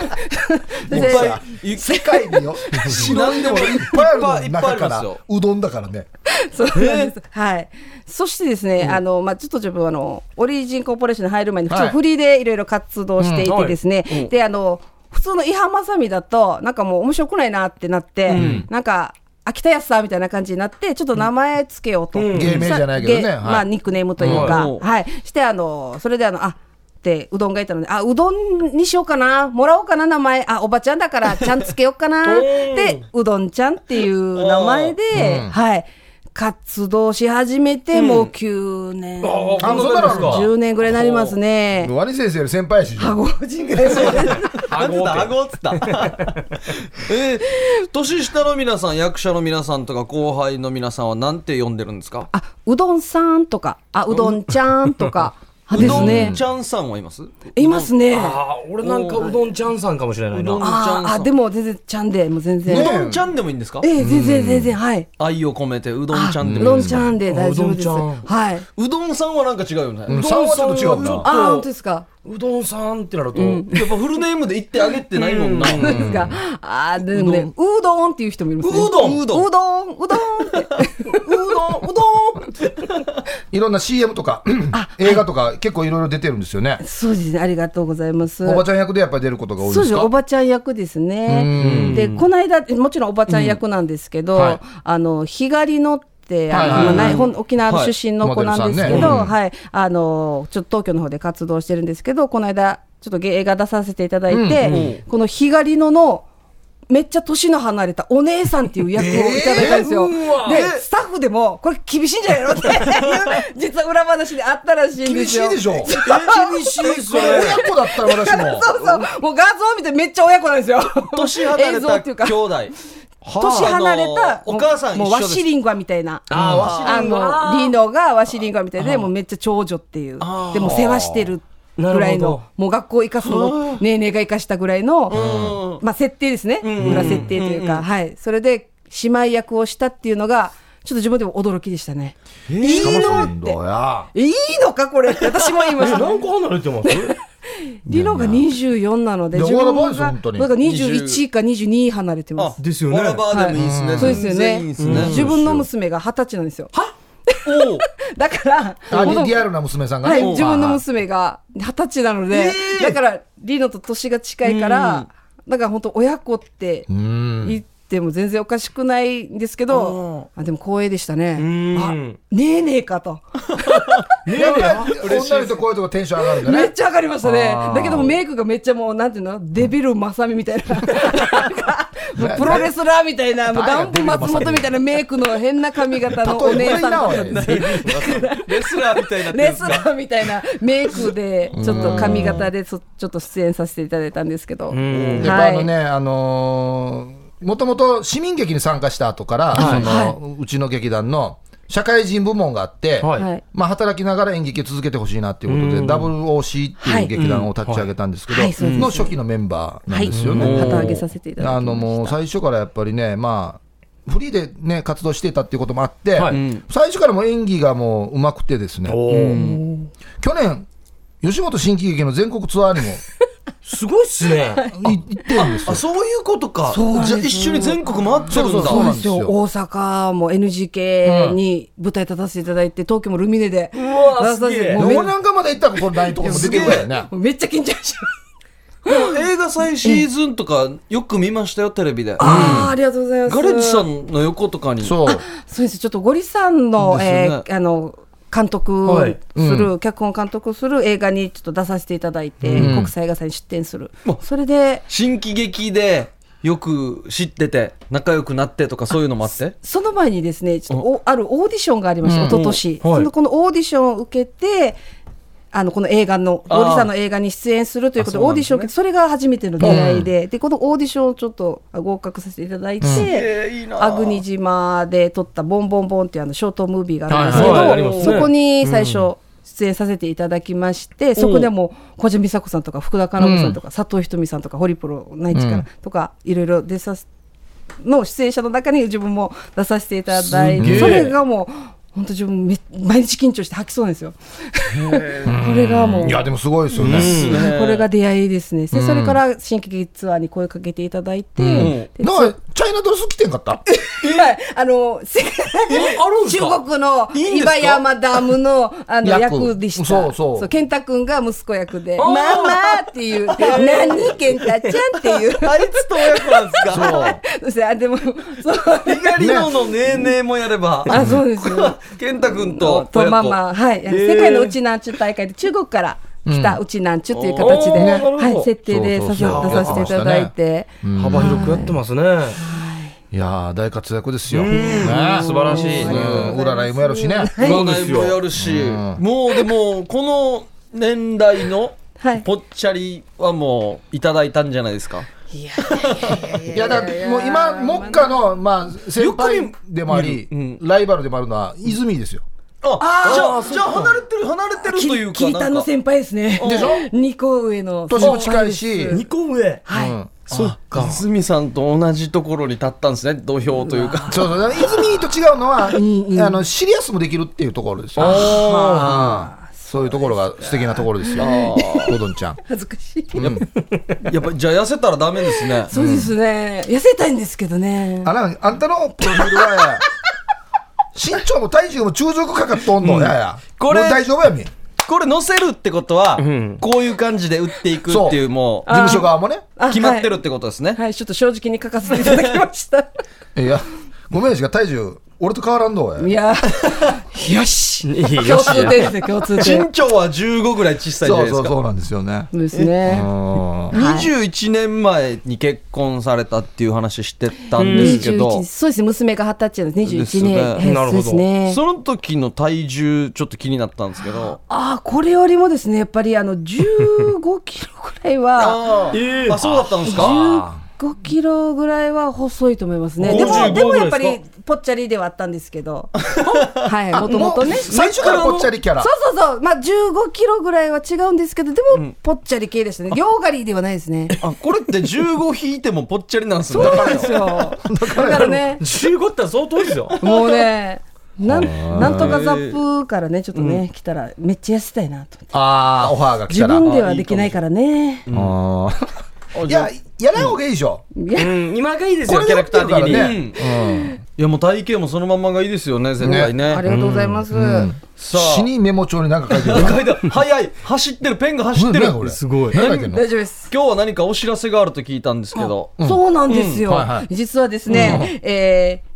Speaker 1: いっぱいい
Speaker 3: 世界に よ、白いでもいっぱいあるの中から、うどんだからね。
Speaker 5: そうなんです。はい。そしてですね、あの、まあ、ちょっと自分、あの、オリジンコーポレーションに入る前に、普
Speaker 3: は
Speaker 5: 通
Speaker 3: い
Speaker 5: フリーでいろいろ活動してい
Speaker 2: うん
Speaker 5: てですね、で、あの、普通の伊波正美だと、なんかもう面白くないなってなって、なんか、秋田康さんみたいな感じになって、ちょっと名前つけようと。
Speaker 3: 芸名じゃないけどね
Speaker 5: さ芸
Speaker 3: はい
Speaker 5: まあ、ニックネームというか、
Speaker 1: うん
Speaker 5: はい。して、あの、それであの、あ、でうどんがいたので、あ、うどんにしようかな、もらおうかな、名前、あ、おばちゃんだから、ちゃんつけようか な、で、うどんちゃんっていう名前で、はい、活動し始めて、もう9年、
Speaker 2: あ
Speaker 3: あ、そうなの
Speaker 5: 10年ぐらいになりますね。
Speaker 3: ワニ先生より先輩やし。
Speaker 5: あ、5人ぐらいです
Speaker 1: あごったあごつった。 えー年下の皆さん、役者の皆さんとか後輩の皆さんはなんて呼んでるんですか。
Speaker 5: あ、うどんさんとか、あ、うどんちゃんとか、あ
Speaker 1: う
Speaker 5: です
Speaker 1: どん
Speaker 5: ね
Speaker 1: ちゃんさんはいます
Speaker 5: いますねあ
Speaker 2: ああ、俺なんかうどんちゃんさんかもしれないな。
Speaker 1: うどん
Speaker 2: あ
Speaker 1: ちゃん
Speaker 5: ー
Speaker 1: さ
Speaker 5: あ
Speaker 1: ん
Speaker 5: でも全然ちゃんでもう全
Speaker 1: う
Speaker 5: 然
Speaker 1: どんちゃんでもいいんですか
Speaker 5: ええ全然全然はいう
Speaker 1: 愛を込めてうどんちゃんで
Speaker 5: う
Speaker 1: もいい
Speaker 5: ど
Speaker 1: ん
Speaker 5: ん
Speaker 1: です
Speaker 5: ち
Speaker 1: か
Speaker 5: ゃんで大丈夫です
Speaker 2: あうどんち
Speaker 5: はいう
Speaker 1: どんさんはなんか違うよね、
Speaker 3: うん、3はちょっと違う
Speaker 2: ちょ
Speaker 3: な
Speaker 2: っ。と
Speaker 5: ああ本当ですか
Speaker 2: うどんさんってなると、
Speaker 1: やっぱフルネームで言ってあげてないもんな、
Speaker 2: う
Speaker 5: そうですかあーでもねうどんっていう人もいますね
Speaker 1: うどん
Speaker 5: うどんうどんうどん ってうどんうどんって
Speaker 3: いろんな CM とか、 映画とか、結構いろいろ出てるんですよね。
Speaker 5: そうですねありがとうございます
Speaker 3: おばちゃん役でやっぱり出ることが多い
Speaker 5: そう
Speaker 3: で
Speaker 5: ですす
Speaker 3: か
Speaker 5: おばちゃん役ですね。で、この間、もちろんおばちゃん役なんですけど、
Speaker 3: うんはい
Speaker 5: あの、日帰りのって、あの
Speaker 3: はいはいはい
Speaker 5: まあないほん沖縄出身の子なんですけど、
Speaker 3: は
Speaker 5: はい、あの、ちょっと東京の方で活動してるんですけど、この間、ちょっと映画出させていただいて、この日帰りのの、めっちゃ年の離れたお姉さんっていう役をいただいたんですよ。で、スタッフでも、これ厳しいんじゃないのっていう、実は裏話であったらしいんで
Speaker 3: 厳し
Speaker 5: すよ。
Speaker 3: いでしょ。
Speaker 2: 厳しいっす
Speaker 3: それ親子だったら私も。
Speaker 5: そうそう、もう画像を見てめっちゃ親子なんですよ。
Speaker 1: 年離れ
Speaker 5: 映像っていう
Speaker 1: た
Speaker 5: か
Speaker 1: 兄弟
Speaker 5: 年離れ
Speaker 1: あ
Speaker 5: た、
Speaker 1: のお母さん一
Speaker 5: もう
Speaker 1: 緒
Speaker 5: ワ
Speaker 1: で
Speaker 5: シ
Speaker 1: す
Speaker 5: リンガみたいな。
Speaker 2: あーわし
Speaker 5: あの、リノがワシリンガみたいで、もうめっちゃ長女っていう。でも世話してる。ぐらい
Speaker 2: なるほ
Speaker 5: の
Speaker 2: ど、
Speaker 5: もう学校行かすの、ねえねえが生かしたぐらいの、まあ設定ですね。裏設定というか、はい。それで、姉妹役をしたっていうのが、ちょっと自分でも驚きでしたね。いいのって。
Speaker 3: や。
Speaker 5: いいのかこれって私も言いま
Speaker 2: え
Speaker 5: し
Speaker 2: な
Speaker 5: た。
Speaker 2: んか離れてます
Speaker 5: リノが24なので、
Speaker 3: いや
Speaker 5: 自分
Speaker 3: わらば
Speaker 5: が、
Speaker 3: ですよ本当に
Speaker 5: なんか21か22離れてま
Speaker 1: あ
Speaker 5: す。
Speaker 2: ですよね
Speaker 1: わらばでもいいですね、
Speaker 5: そうですよ
Speaker 1: 全然いい
Speaker 5: ね
Speaker 1: ですね、。
Speaker 5: 自分の娘が二十歳なんですよ。
Speaker 1: おう
Speaker 5: だから、
Speaker 3: あ
Speaker 5: この
Speaker 3: リリアルな娘さんが
Speaker 5: は
Speaker 3: ね。
Speaker 5: い、自分の娘が二十歳なので、だから、リノと年が近いから、だから本当親子って言っても全然おかしくないんですけど、あでも光栄でしたね。あ、ねえねえかと。
Speaker 3: やっぱり女の人声とかテンション上がるんだ
Speaker 5: め
Speaker 3: ね
Speaker 5: っ。ちゃ上がりましたね。だけどもメイクがめっちゃもう、なんていうのデビルマサミみたい な。もうプロレスラーみたいな、もうダンプ松本みたいなメイクの変な髪型のお姉さんだった んですよ
Speaker 1: レスラーみたいになってる
Speaker 5: レ
Speaker 1: んで
Speaker 5: ス
Speaker 1: す
Speaker 5: ラ
Speaker 1: か
Speaker 5: ーみたいなメイクで、ちょっと髪型でそちょっと出演させていただいたんですけ
Speaker 3: やっ
Speaker 5: ど。
Speaker 3: ぱあの
Speaker 5: は
Speaker 3: ね、あのー、もともと市民劇に参加した後から、その、うちの劇団の社会人部門があって、
Speaker 5: い。はい。
Speaker 3: まあ、働きながら演劇を続けてほしいなっていうことで、WOC っていう劇団を立ち上げたんですけど、
Speaker 5: はいはいそうです
Speaker 3: の初期のメンバーな
Speaker 5: は
Speaker 3: ん
Speaker 5: い。
Speaker 3: ですよね。
Speaker 5: 旗揚げさせていただ
Speaker 3: あ
Speaker 5: きま
Speaker 3: の
Speaker 5: し
Speaker 3: もう最初からやっぱりね、まあ、フリーで、ね、活動してたっていうこともあって、
Speaker 2: はい
Speaker 3: うん最初からもう演技がもう上手くてですね、
Speaker 2: ね。
Speaker 3: 去年、吉本新喜劇の全国ツアーにも
Speaker 2: すごいっすね。
Speaker 3: い行ってるんですよ。
Speaker 1: あそういうことかじゃあ一緒に全国回ってるんだ
Speaker 3: そうそうそう
Speaker 5: た。
Speaker 3: な
Speaker 5: そ
Speaker 3: ん
Speaker 5: う
Speaker 3: で
Speaker 5: ですす
Speaker 3: よ
Speaker 5: よ大阪も NGK に舞台立たせていただいて、東京もルミネで出させ
Speaker 1: すげえ
Speaker 5: て、もうめ
Speaker 3: 俺なんかまで行ったらここないとこも出てるからね。
Speaker 5: もうめっちゃ緊張しちゃう。
Speaker 1: 映画最シーズンとかよく見ましたよテレビでガ
Speaker 5: ああ、ありがとうございます。
Speaker 1: レッジさんの横とかに
Speaker 3: そう。
Speaker 5: そうです。ちょっとゴリさんの、
Speaker 1: ですね
Speaker 5: えーあの、監督を
Speaker 2: はい
Speaker 5: する、脚本監督をする映画にちょっと出させていただいて、国際映画祭に出展する。それで、
Speaker 1: 新喜劇でよく知ってて仲良くなってとかそういうのもあって
Speaker 5: その前にですね、ちょっとおあるオーディションがありました、一昨年、
Speaker 2: はい
Speaker 5: そのこのオーディションを受けて、あのこの映画の、
Speaker 1: あー
Speaker 5: ゴリさんの映画に出演するということで、
Speaker 1: あそう
Speaker 5: オ
Speaker 1: なん
Speaker 5: ー
Speaker 1: で
Speaker 5: ディ
Speaker 1: す
Speaker 5: ションを受けて、それが初めての出会いで、でこのオーディションをちょっと合格させていただいて、粟国島で撮ったボンボンボンっていうあのショートムービーがあるんですけど、
Speaker 2: はいはいありますね
Speaker 5: そこに最初、出演させていただきまして、そこでも小島美佐子さんとか福田加奈子さんとか、佐藤ひとみさんとかホリプロナイチからとか、いろいろ出させの出演者の中に自分も出させていただい
Speaker 2: すげえ
Speaker 5: てそれがもう本当自分め毎日緊張して吐きそうなんですよ。これがもう
Speaker 3: いや、でもすごいですよね。
Speaker 5: これが出会いですね。でそれから新喜劇ツアーに声かけていただいて、で
Speaker 3: だから、チャイナドレス着てんかった
Speaker 5: はい、あの、せ
Speaker 2: るんすか
Speaker 5: 中国の
Speaker 1: いいんです
Speaker 5: 岩
Speaker 1: か
Speaker 5: 山ダムのあの
Speaker 3: 役
Speaker 5: 役でした。
Speaker 3: そうそう
Speaker 5: 健太くんが息子役で、ママっていう、何健太ちゃんっていう。
Speaker 1: あいつと親子なんですか
Speaker 3: そう。
Speaker 5: そしてあでも、そう。
Speaker 1: 猪狩野のねーねーもやれば
Speaker 5: あ、そうですよ。
Speaker 1: 健太君と
Speaker 5: と
Speaker 1: 親
Speaker 5: マ
Speaker 1: 子
Speaker 5: マ、はい、世界のうちなんちゅう大会で中国から来たうちなんちゅうという形で、
Speaker 2: おーなるほど
Speaker 5: はい、設定でさせ
Speaker 3: そうそうそう
Speaker 5: 出させていただいて、
Speaker 2: 幅広くやってますね。
Speaker 3: いやー、大活躍ですよ。
Speaker 2: 素晴らしい。
Speaker 3: うん、うららいもやるしね。
Speaker 2: そうで
Speaker 1: 占
Speaker 2: す
Speaker 1: いもや
Speaker 2: よ。
Speaker 1: るし、もうでもこの年代の
Speaker 5: はい
Speaker 1: ぽっちゃりはもういただいたんじゃないですか、
Speaker 3: いやだからもう今、目下の、まあ、先輩でもあり、ライバルでもあるのは、泉ですよ。
Speaker 1: あじゃあじゃあ離れてる離れてるというか
Speaker 5: キリタンの先輩ですね。
Speaker 3: でしょ
Speaker 5: 二個上の。
Speaker 3: 年も近いし
Speaker 5: 先輩です
Speaker 2: 二個上。
Speaker 5: はい。
Speaker 1: そっか泉さんと同じところに立ったんですね土俵というか
Speaker 3: そうそうだから泉と 違うのはあのシリアスもできるっていうところですよ、うんそういうところが素敵なところですようどんちゃん
Speaker 5: 恥ずかしい。
Speaker 1: やっぱりじゃあ痩せたらダメですね
Speaker 5: そうですね。痩せたいんですけどね。
Speaker 3: あらあんたのプロフィールはや身長も体重も中軸かかっとんの、やや
Speaker 1: これ
Speaker 3: もう大丈夫やみん事
Speaker 1: これ載せるってことは、こういう感じで打っていくってい
Speaker 3: そうう
Speaker 1: もう
Speaker 3: 務所側もね
Speaker 5: あ
Speaker 1: 決まってるっ。てことですね、
Speaker 5: はいはい、ちょっと正直に書かせ ていただきました。
Speaker 3: いやごめんしか体重俺と変わらんのや
Speaker 5: いや、
Speaker 2: よし。
Speaker 5: 共通点ですね、 共通点
Speaker 1: 身。長は15ぐらい小さいじゃな
Speaker 3: そ
Speaker 1: いうで
Speaker 3: そ
Speaker 1: す
Speaker 3: う
Speaker 1: か
Speaker 3: そうなんですよね
Speaker 5: そうですね。
Speaker 3: うん
Speaker 1: 21年前に結婚されたっていう話してたんですけど、
Speaker 5: 21そうですね、娘が二十歳なんです、
Speaker 1: です
Speaker 5: 21
Speaker 1: ね
Speaker 5: 年。はい
Speaker 2: なるほ
Speaker 5: そ
Speaker 2: ど
Speaker 5: うですね。
Speaker 1: その時の体重ちょっと気になったんですけど
Speaker 5: ああ、これよりもですね、やっぱりあの15キロぐらいは、
Speaker 1: あ、えあそうだったんですか
Speaker 5: 5キロぐらいは細いと思いますね。で
Speaker 2: 55
Speaker 5: も、でもやっぱ
Speaker 2: ぐらい
Speaker 5: り、ぽっちゃりではあったんですけど、はい、もともとね。
Speaker 3: う最初からぽっちゃりキャラ
Speaker 5: そうそうそう、まあ、15キロぐらいは違うんですけど、でも、ぽっちゃり系でしたね、行狩りではないですね。
Speaker 1: あこれって15引いてもぽっちゃりなんですね
Speaker 5: そうなんですよ。 だからね、
Speaker 2: 十五って相当ですよ。
Speaker 5: もう ね、なんなんとかザップからね、ちょっとね、来たら、めっちゃ痩せたいなと思って。
Speaker 3: ああオファーが来
Speaker 5: 自
Speaker 3: たら
Speaker 5: 分ではできないからね。
Speaker 3: あーいややらんほうがいいでしょ、
Speaker 5: いや
Speaker 2: うん、今がいいです
Speaker 3: こ
Speaker 2: よ、
Speaker 3: れ
Speaker 2: キャ
Speaker 3: で
Speaker 2: ラ
Speaker 3: き
Speaker 2: ク
Speaker 3: て
Speaker 2: タ
Speaker 3: る
Speaker 2: ー
Speaker 3: から
Speaker 2: 的に。
Speaker 3: ね、
Speaker 1: いやもう体型もそのまんまがいいですよね絶対ね
Speaker 5: ありがとうございます。
Speaker 1: さあ
Speaker 3: 死にメモ帳に何か書いてる
Speaker 1: 書いてある早い走ってるペンが走ってる
Speaker 3: 何こ
Speaker 1: 今
Speaker 3: れ
Speaker 2: すごい。
Speaker 3: 何書いてんの
Speaker 5: 大丈夫です。
Speaker 1: 日は何かお知らせがあると聞いたんですけど
Speaker 5: そうなんですよ。
Speaker 3: うんはいはい
Speaker 5: 実はですね、えー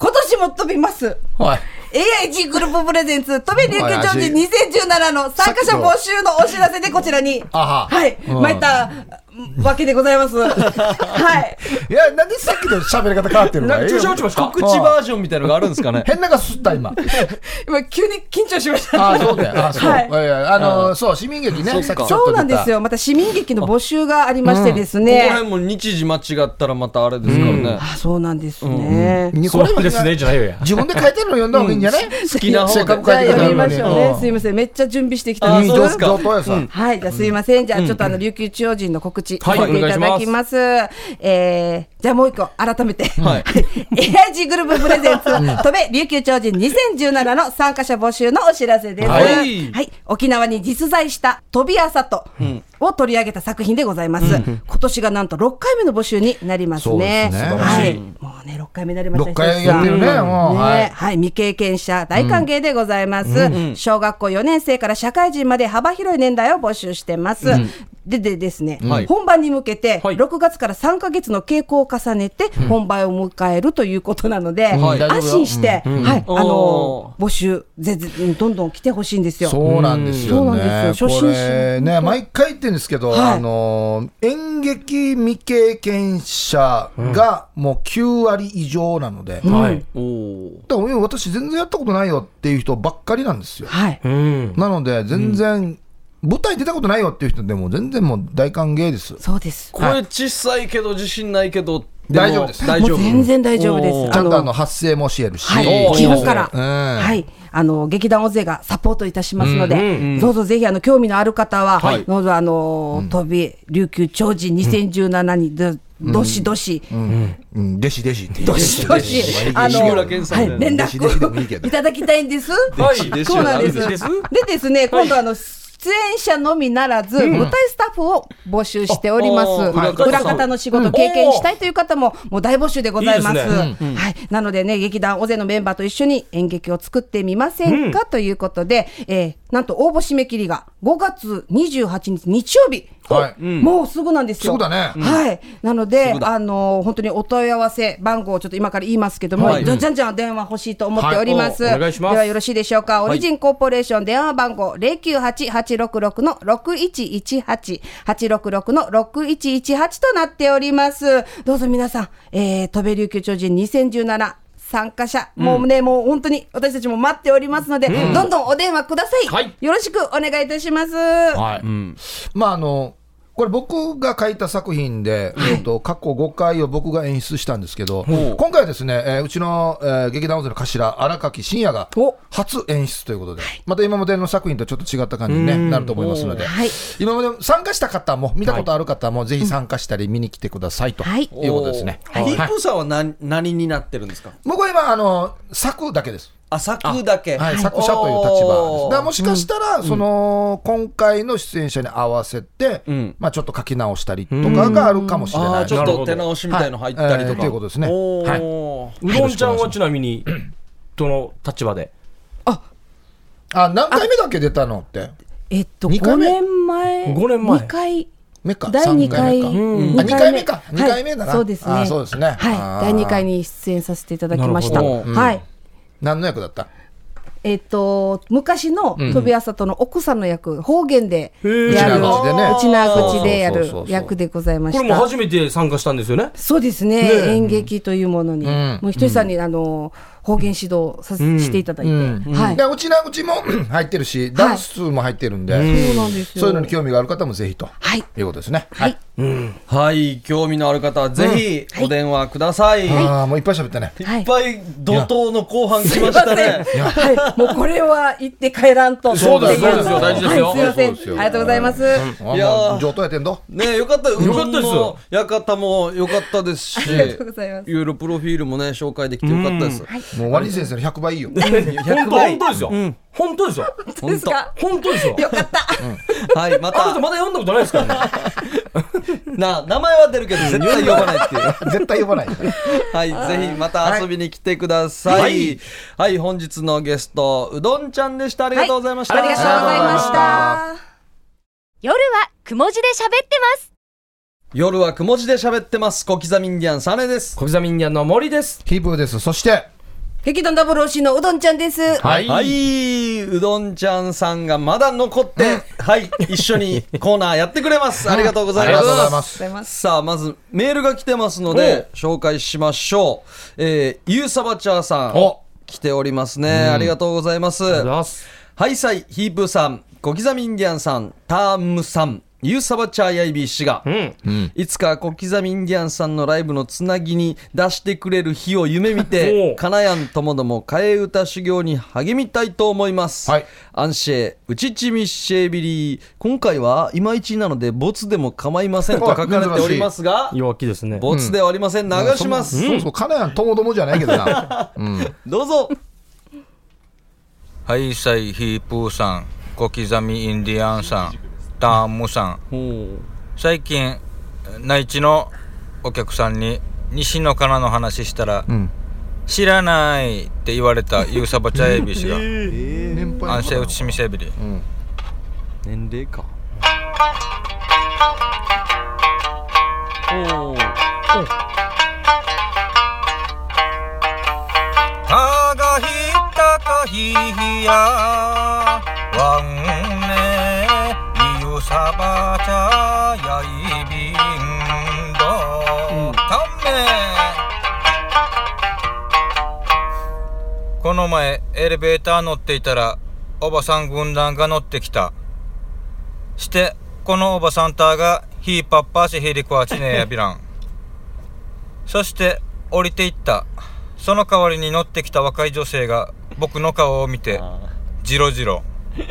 Speaker 5: 今年も飛びます。
Speaker 3: はい。
Speaker 5: AIG グループプレゼンツ、飛び入居上人2017の参加者募集のお知らせでこちらに、
Speaker 3: あは
Speaker 5: はい、
Speaker 3: うん
Speaker 5: 参ったわけでございま す。はい。
Speaker 3: いや、なんでさっきと喋り方変わってるの
Speaker 2: なんか注射打ちました。
Speaker 1: 告知バージョンみたいのがあるんですかね
Speaker 3: 変ながすった、今。
Speaker 5: 今、急に緊張しました。
Speaker 3: ああ、そうだよ。ああ、そう。
Speaker 5: はい
Speaker 3: いやいや、あのー、そう、市民劇ね。さっきちょっ
Speaker 5: そ
Speaker 3: と
Speaker 5: うなん
Speaker 3: 出
Speaker 5: で
Speaker 3: た
Speaker 5: す。よ。また市民劇の募集がありましてです
Speaker 1: ここら
Speaker 5: ね。
Speaker 1: 辺も日時間違ったらまたあれですからね
Speaker 5: あ、そうなんですね。
Speaker 3: に
Speaker 2: そうなんですね、。じゃないよや。
Speaker 3: 自分で書いてるの読んだ方がいいんじゃない好
Speaker 1: きな方で
Speaker 3: せっかく
Speaker 5: じゃ
Speaker 3: 書い
Speaker 5: あ
Speaker 3: てくれた
Speaker 5: 読み
Speaker 3: の
Speaker 5: ま
Speaker 3: に。
Speaker 5: しょうね。
Speaker 3: ん
Speaker 5: すいません。めっちゃ準備してきた
Speaker 1: あ
Speaker 5: んです
Speaker 1: そうですか
Speaker 3: 上等やさ。
Speaker 5: はい、じゃあすいません。じゃあちょっとあの、琉球中央人の告知さ
Speaker 2: はい
Speaker 5: せていただきます。えー、じゃあもう一個、改めて。
Speaker 1: はい
Speaker 5: AIG グループプレゼンツ、飛べ琉球超人2017の参加者募集のお知らせです。
Speaker 1: は
Speaker 5: はいい。沖縄に実在した飛びあさとを取り上げた作品でございます。今年がなんと6回目の募集になります
Speaker 3: そうで
Speaker 5: ね。
Speaker 3: すね
Speaker 5: はい。もうね、6回目になりました。
Speaker 3: 6回やってるね、
Speaker 5: うん
Speaker 3: もう。は
Speaker 5: ね
Speaker 3: い。
Speaker 5: はい、未経験者大歓迎でございます、小学校4年生から社会人まで幅広い年代を募集してます、ででですね、
Speaker 1: はい
Speaker 5: 本番に向けて
Speaker 2: はい
Speaker 5: 6月から3か月の稽古を重ねて本番を迎えるということなので、
Speaker 1: はい
Speaker 5: 安心して、はい、あ
Speaker 1: お
Speaker 5: の募集ぜぜどんどん来てほしいんですよ。
Speaker 3: そうなんです
Speaker 5: う
Speaker 3: よ
Speaker 5: んそうなん
Speaker 3: ね。
Speaker 5: ですよ初
Speaker 3: こ
Speaker 5: 心
Speaker 3: れね、毎回言ってるんですけど、
Speaker 5: はい
Speaker 3: あのー、演劇未経験者がもう9割以上なので、
Speaker 2: はい。
Speaker 1: おお
Speaker 3: だから私全然やったことないよっていう人ばっかりなんですよ。
Speaker 5: はい
Speaker 2: うん。
Speaker 3: なので全然、舞台出たことないよっていう人でも全然もう大歓迎です。
Speaker 5: そうです。
Speaker 1: 声小さいけど自信ないけども
Speaker 3: 大丈夫です
Speaker 1: 大
Speaker 5: も
Speaker 1: 丈
Speaker 5: う
Speaker 1: 夫
Speaker 5: 全然大丈夫で
Speaker 1: おー
Speaker 5: す。
Speaker 3: ちゃんとあの発声も教えるし、
Speaker 5: はい、基本から、
Speaker 3: うん
Speaker 5: はい、あの劇団大勢がサポートいたしますので、
Speaker 2: うん
Speaker 5: どうぞぜひあの興味のある方は、
Speaker 1: はい
Speaker 5: どうぞあの、飛び琉球長寿2017にど、どしどし、
Speaker 3: うん、弟子弟子って。
Speaker 5: どしどし
Speaker 1: 弟子、
Speaker 5: あの、
Speaker 1: 西
Speaker 5: は
Speaker 1: 村健さんみたいな
Speaker 5: い、連
Speaker 3: 弟子弟子でもいいけ
Speaker 5: 絡
Speaker 3: ど
Speaker 5: をいただきたいんです。
Speaker 1: 弟子弟子
Speaker 5: そうなんです。
Speaker 2: 弟子
Speaker 5: で
Speaker 2: です
Speaker 5: ですね、今度あの。出演者のみならず、舞台スタッフを募集しております。
Speaker 1: ああー
Speaker 5: は
Speaker 1: 裏
Speaker 5: い
Speaker 1: 方
Speaker 5: 裏方の仕事経験したいという方も、もう大募集でございます。
Speaker 2: いいですね
Speaker 5: はい、なのでね、劇団大勢のメンバーと一緒に演劇を作ってみませんか、ということで、えーなんと応募締め切りが5月28日日曜日。
Speaker 3: はい
Speaker 5: もうすぐなんですよ。
Speaker 3: すぐだね
Speaker 5: はい。なので
Speaker 1: ぐ、だ
Speaker 5: あのー本当にお問い合わせ番号をちょっと今から言いますけども、
Speaker 1: はい
Speaker 5: じゃんじゃんじゃん電話欲しいと思っております。
Speaker 2: はいお願いします
Speaker 5: ではよろしいでしょうか。オリジンコーポレーション電話番号零九八八六六の六一一八八六六の六一一八となっております。どうぞ皆さん、えー、飛べ琉球超人二千十七参加者、もうね、もう本当に私たちも待っておりますので、どんどんお電話ください,、
Speaker 2: はい
Speaker 5: よろしくお願いいたします。
Speaker 3: まああのこれ僕が書いた作品で、えっと過去5回を僕が演出したんですけど、
Speaker 1: ん
Speaker 3: 今回はですね、えーうちの、えー劇団大勢の頭荒垣真也が
Speaker 5: お
Speaker 3: 初演出ということで、また今までの作品とちょっと違った感じに、ね、なると思いますので、今まで参加した方も見たことある方もぜひ参加したり見に来てくださいと
Speaker 5: はい
Speaker 3: いうことですね。
Speaker 1: ヒップさんは何何になってるんですか
Speaker 3: 僕は今あの作だけです。
Speaker 1: あ作だけ
Speaker 3: はい、作者という立場です。だからもしかしたら、その、今回の出演者に合わせて、
Speaker 1: うん
Speaker 3: まあちょっと書き直したりとかがあるかもしれ
Speaker 1: あ
Speaker 3: な
Speaker 1: あ
Speaker 3: い。
Speaker 1: ーちょっ
Speaker 2: なるほ
Speaker 1: と
Speaker 2: ど
Speaker 1: 手直しみたいの入ったりと
Speaker 3: はい
Speaker 1: か
Speaker 3: えーということですね
Speaker 1: おー
Speaker 3: はいう
Speaker 2: どんちゃんはちなみに、どの立場で
Speaker 3: あ、何回目だっけ出たのって。
Speaker 5: えっと
Speaker 3: 二回
Speaker 5: 5
Speaker 3: 目
Speaker 5: 年前
Speaker 2: 五年前
Speaker 5: 2回
Speaker 3: 目か
Speaker 5: 第
Speaker 3: ?3
Speaker 5: 2回
Speaker 3: 回
Speaker 5: 二
Speaker 3: 目
Speaker 2: ん
Speaker 3: か。あ、2回目か。2
Speaker 5: はい
Speaker 3: 回目だな。
Speaker 5: そうですね
Speaker 3: あそうですね。
Speaker 5: はい第2回
Speaker 3: に。
Speaker 5: に出演させていただきました
Speaker 1: なるほど
Speaker 5: はい
Speaker 3: 何の役だった
Speaker 5: えっと昔の飛び朝との奥さんの役方言で
Speaker 2: ー
Speaker 5: やる
Speaker 3: 内縄口でね
Speaker 5: 内縄口でやる
Speaker 3: そうそうそうそう
Speaker 5: 役でございま
Speaker 2: こ
Speaker 5: し
Speaker 2: れも
Speaker 5: た
Speaker 2: 初めて参加したんですよね。
Speaker 5: そうですね演劇というものに
Speaker 3: ん
Speaker 5: もうひとりさんにあの方言指導させしていただいてはい
Speaker 3: でうちなうちも 入ってるし、ダンスも入ってるんで、
Speaker 5: そうなんですよ
Speaker 3: そういうのに興味がある方もぜひと
Speaker 5: はい
Speaker 3: いうことですね。
Speaker 5: はい。
Speaker 1: はい興味のある方はぜひお電話ください、い
Speaker 3: ああ、もういっぱい喋ったね。
Speaker 5: はい
Speaker 1: っぱい怒涛の後半来ましたね
Speaker 5: はい、もうこれは行って帰らんと。
Speaker 3: そうですそうですよ
Speaker 2: 大事ですよ
Speaker 5: はい、すい
Speaker 3: そ
Speaker 5: ま
Speaker 3: うで
Speaker 5: せ
Speaker 3: すよ
Speaker 5: ん。ありがとうございます。
Speaker 3: あ
Speaker 1: いやー
Speaker 3: もう上等やってんど。
Speaker 1: ねよかったよ
Speaker 2: よかったで
Speaker 1: う
Speaker 2: すよ
Speaker 1: どんの館もよかったですし
Speaker 5: ありがとうございます
Speaker 1: ろいろプロフィールもね紹介できてよかったです、
Speaker 3: もうワニ先生の100倍いいよ。
Speaker 2: 本当本当ですよ。本当ですよ。
Speaker 5: そうですか。
Speaker 2: 本当ですよ。
Speaker 5: よかった。
Speaker 1: はいま
Speaker 2: あなた
Speaker 1: た
Speaker 2: まだ読んだことないですからね。
Speaker 1: な名前は出るけど絶対呼ばないっていう
Speaker 3: 絶対 呼ばない。
Speaker 1: はい、ぜひまた遊びに来てください。は
Speaker 2: はいい、
Speaker 1: 本日のゲスト、うどんちゃんでした。ありがとうございました。
Speaker 5: ありがとうございました。
Speaker 4: 夜はくも字で喋ってます
Speaker 1: 夜はくも字で喋ってます。小刻みインディアンサネです。
Speaker 2: 小刻みインディアンの森です。
Speaker 3: ヒープーです。そして、
Speaker 5: 劇団ダブル OC のうどんちゃんです。
Speaker 1: はい、うどんちゃんさんがまだ残って、はい、一緒にコーナーやってくれます。ありがとうご
Speaker 3: あ
Speaker 1: ざい
Speaker 3: り
Speaker 1: ま
Speaker 3: が
Speaker 1: す
Speaker 3: とうご。ざい
Speaker 5: ありがと
Speaker 3: ま
Speaker 5: うござ
Speaker 3: す。
Speaker 5: います。
Speaker 1: さあまずメールが来てますので紹介しましょう、えー、ゆうさばちゃーさん
Speaker 2: お
Speaker 1: 来ておりますね、ありがとうございます
Speaker 2: ありがとうございます。
Speaker 1: ハイサイ、ヒープーさん、小刻みインディアンさん、タームさん、ユーサバチャーヤイビー氏が、いつか小刻みインディアンさんのライブのつなぎに出してくれる日を夢見
Speaker 2: お
Speaker 1: て、
Speaker 2: う
Speaker 1: かなやんともども替え歌修行に励みたいと思います。
Speaker 3: はい
Speaker 1: アンシェ、ウチチミシェビリー、今回はいまいちなので、ボツでも構いま せんと書かれておりますが、
Speaker 2: 弱気ですね。
Speaker 1: ボツではありません。流します。
Speaker 3: そうそうそう、金谷ともどもじゃないけどな。
Speaker 1: どうぞ。
Speaker 6: ハイサイヒープーさん、小刻みインディアンさん、ターンムさん、最近、内地のお客さんに西野カナの話したら、知らないって言われたユーサバチャエビ氏が、
Speaker 3: 年
Speaker 6: 安
Speaker 3: 配
Speaker 6: 静
Speaker 3: の
Speaker 6: 打ちしみせびり。
Speaker 1: 年齢か。おー
Speaker 6: たがひたかひひやわんねいゆさばちゃやいびんどためこの前エレベーター乗っていたらおばさん軍団が乗ってきたしてこのおばさんたがヒーパッパーしヘリコアチネやびらんそして降りていったその代わりに乗ってきた若い女性が僕の顔を見てジロジロ